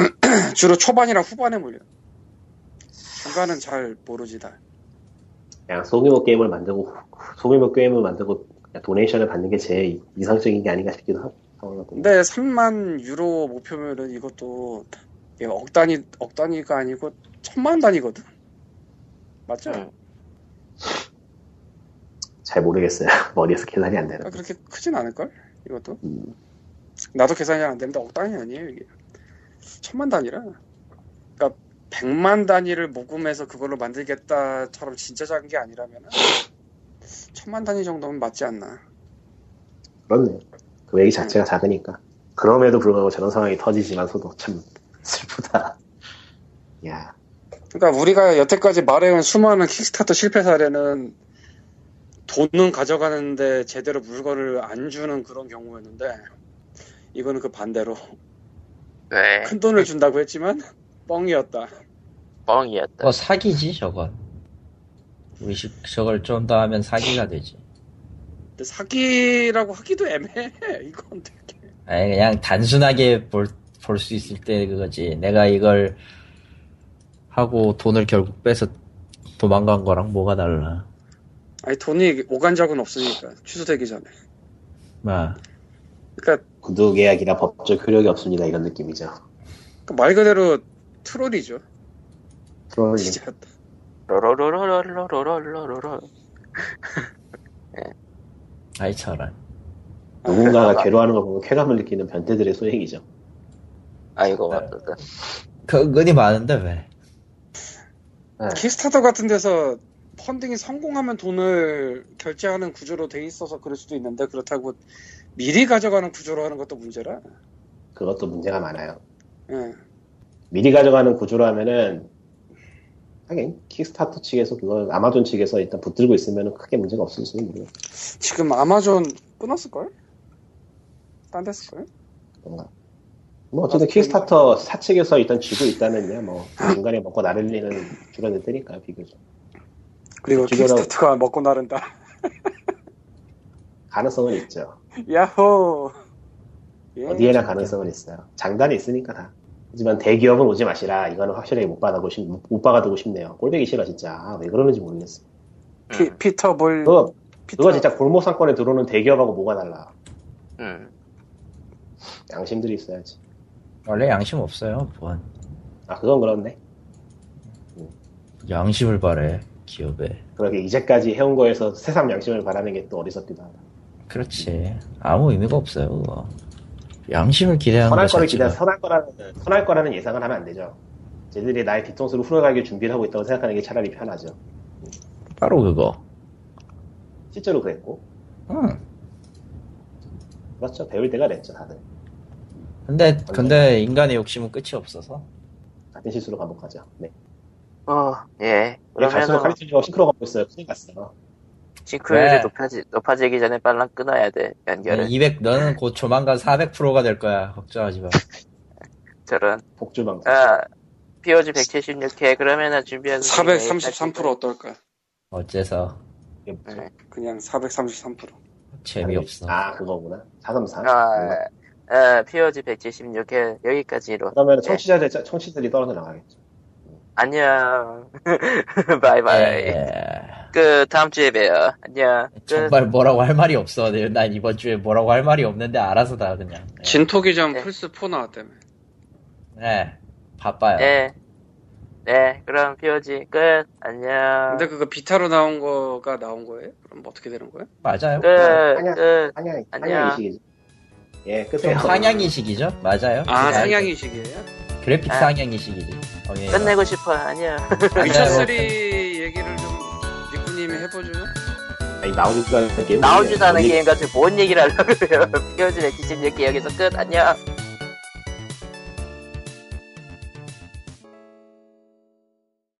Speaker 3: 주로 초반이랑 후반에 몰려. 중간은 잘 모르지 다.
Speaker 4: 그냥 소규모 게임을 만들고 소규모 게임을 만들고 그냥 도네이션을 받는 게 제일 이상적인 게 아닌가 싶기도 하고 상황을 보면.
Speaker 3: 근데 3만 유로 목표면은 이것도 이게 억 단위 억 단위가 아니고 천만 단위거든. 맞죠?
Speaker 1: 응.
Speaker 4: 잘 모르겠어요 머리에서 계산이 안 되는
Speaker 3: 그러니까 그렇게 크진 않을 걸 이것도.
Speaker 4: 음.
Speaker 3: 나도 계산이 잘 안 되는데 억 단위 아니에요 이게. 천만 단위라. 그러니까 백만 단위를 모금해서 그걸로 만들겠다처럼 진짜 작은 게 아니라면 천만 단위 정도면 맞지 않나.
Speaker 4: 그렇네요 금액이 자체가 작으니까 그럼에도 불구하고 저런 상황이 터지지만서도 참 슬프다 야
Speaker 3: 그러니까 우리가 여태까지 말해온 수많은 킥스타터 실패 사례는 돈은 가져가는데 제대로 물건을 안 주는 그런 경우였는데 이거는 그 반대로
Speaker 1: 네.
Speaker 3: 큰 돈을 준다고 했지만 뻥이었다.
Speaker 4: 어.
Speaker 1: 뻥이었다.
Speaker 2: 그거 뭐 사기지 저건. 우리 시- 저걸 좀 더 하면 사기가 되지.
Speaker 3: 근데 사기라고 하기도 애매해. 이건 되게.
Speaker 2: 아니 그냥 단순하게 볼 볼 수 있을 때 그거지. 내가 이걸 하고 돈을 결국 빼서 도망간 거랑 뭐가 달라.
Speaker 3: 아니 돈이 오간 적은 없으니까 취소되기 전에.
Speaker 2: 아,
Speaker 3: 그러니까
Speaker 4: 구독 계약이라 법적 효력이 없습니다. 이런 느낌이죠.
Speaker 3: 그러니까 말 그대로 트롤이죠.
Speaker 4: 어, 트롤링.
Speaker 3: 진짜
Speaker 1: 로로로로로로로로로로.
Speaker 2: 아이 저런.
Speaker 4: 누군가가 괴로워하는 걸 보고 쾌감을 느끼는 변태들의 소행이죠.
Speaker 1: 아이고
Speaker 4: 네.
Speaker 1: 맞다.
Speaker 2: 그 은근히 많은데 왜?
Speaker 3: 키스타터 같은 데서 펀딩이 성공하면 돈을 결제하는 구조로 돼 있어서 그럴 수도 있는데 그렇다고 미리 가져가는 구조로 하는 것도 문제라.
Speaker 4: 그것도 문제가 많아요.
Speaker 3: 예.
Speaker 4: 미리 가져가는 구조로 하면은 하긴 킥스타터 측에서 그걸 아마존 측에서 일단 붙들고 있으면 크게 문제가 없을지는 모르겠어.
Speaker 3: 지금 아마존 끊었을 걸? 딴 데쓸 걸?
Speaker 4: 뭐 어쨌든
Speaker 3: 아,
Speaker 4: 킥스타터 사측에서 일단 쥐고 있다면요, 뭐 중간에 먹고 나를 리는 줄어들 테니까 비교적
Speaker 3: 그리고
Speaker 4: 지금은-
Speaker 3: 킥스타터가 먹고 나른다.
Speaker 4: 가능성은 있죠.
Speaker 3: 야호. 예.
Speaker 4: 어디에나 가능성은 있어요. 장단이 있으니까 다. 하지만 대기업은 오지 마시라. 이거는 확실히 못 받아고 싶, 못 받아두고 싶네요. 꼴보기 싫어 진짜. 아, 왜 그러는지 모르겠어.
Speaker 3: 피, 피터 볼.
Speaker 4: 그거
Speaker 3: 피터.
Speaker 4: 그거 진짜 골목 상권에 들어오는 대기업하고 뭐가 달라.
Speaker 1: 음.
Speaker 4: 양심들이 있어야지.
Speaker 2: 원래 양심 없어요. 뭐. 뭔
Speaker 4: 아 그건 그렇네.
Speaker 2: 양심을 바래 기업에.
Speaker 4: 그렇게 이제까지 해온 거에서 새삼 양심을 바라는 게 또 어리석기도 하다.
Speaker 2: 그렇지. 아무 의미가 없어요 그거. 양심을 기대하는
Speaker 4: 선할
Speaker 2: 것
Speaker 4: 거를
Speaker 2: 자체가
Speaker 4: 기대, 선할 거라는, 선할 거라는 예상을 하면 안 되죠. 쟤들이 나의 뒤통수를 후려가게 준비를 하고 있다고 생각하는 게 차라리 편하죠.
Speaker 2: 바로 그거.
Speaker 4: 실제로 그랬고.
Speaker 2: 응.
Speaker 4: 그렇죠. 배울 때가 됐죠, 다들.
Speaker 2: 근데 근데 인간의 욕심은 끝이 없어서
Speaker 4: 같은 실수로 반복하죠. 네.
Speaker 1: 어, 예.
Speaker 4: 우리 갈수록
Speaker 1: 그러면
Speaker 4: 카리토리가 시크로 가고 있어요. 큰일 났어.
Speaker 1: 싱크율이
Speaker 2: 네.
Speaker 1: 높아지 높아지기 전에 빨랑 끊어야 돼 연결을.
Speaker 4: 네.
Speaker 2: 200 너는 곧 조만간 400%가 될 거야 걱정하지 마.
Speaker 1: 저런.
Speaker 4: 복주방송.
Speaker 1: 아, POG 176회 그러면은 준비한
Speaker 3: 433% 어떨까?
Speaker 2: 어째서
Speaker 4: 이게 뭐죠?
Speaker 1: 네.
Speaker 3: 그냥 433%.
Speaker 2: 재미없어.
Speaker 4: 아, 그거구나. 433.
Speaker 1: 아, 아, POG 176회 여기까지로.
Speaker 4: 그러면 청취자들, 청취들이 떨어져 나가겠죠.
Speaker 1: 안녕. 바이바이.
Speaker 4: 네.
Speaker 2: 예.
Speaker 1: 그 다음 주에 봬요. 안녕. 끝.
Speaker 2: 정말 뭐라고 할 말이 없어. 네, 난 이번 주에 뭐라고 할 말이 없는데 알아서 다 그냥. 예.
Speaker 3: 진토기장
Speaker 1: 네.
Speaker 3: 플스4 나왔다며.
Speaker 2: 네. 바빠요.
Speaker 1: 네. 네. 그럼 POG 끝. 안녕.
Speaker 3: 근데 그거 비타로 나온 거가 나온 거예요? 그럼 뭐 어떻게 되는 거예요?
Speaker 2: 맞아요.
Speaker 1: 끝.
Speaker 4: 아니야.
Speaker 1: 끝.
Speaker 4: 한양,
Speaker 1: 안녕.
Speaker 4: 한양이식이죠. 예,
Speaker 2: 좀
Speaker 4: 끝에요.
Speaker 2: 상향이식이죠? 맞아요.
Speaker 3: 아,
Speaker 2: 네.
Speaker 3: 상향이식이에요?
Speaker 2: 그래픽
Speaker 1: 아.
Speaker 2: 상향이식이지. 예. 오케이.
Speaker 1: 끝내고 싶어. 안녕.
Speaker 3: 위쳐3 얘기를 좀 니꾸님이 해보죠.
Speaker 4: 아니, 나오지도 않은 게임.
Speaker 1: 나오지도 않은 게임 같은 뭔 얘기를 하려고 그래요. POG 176회 여기서 끝. 안녕.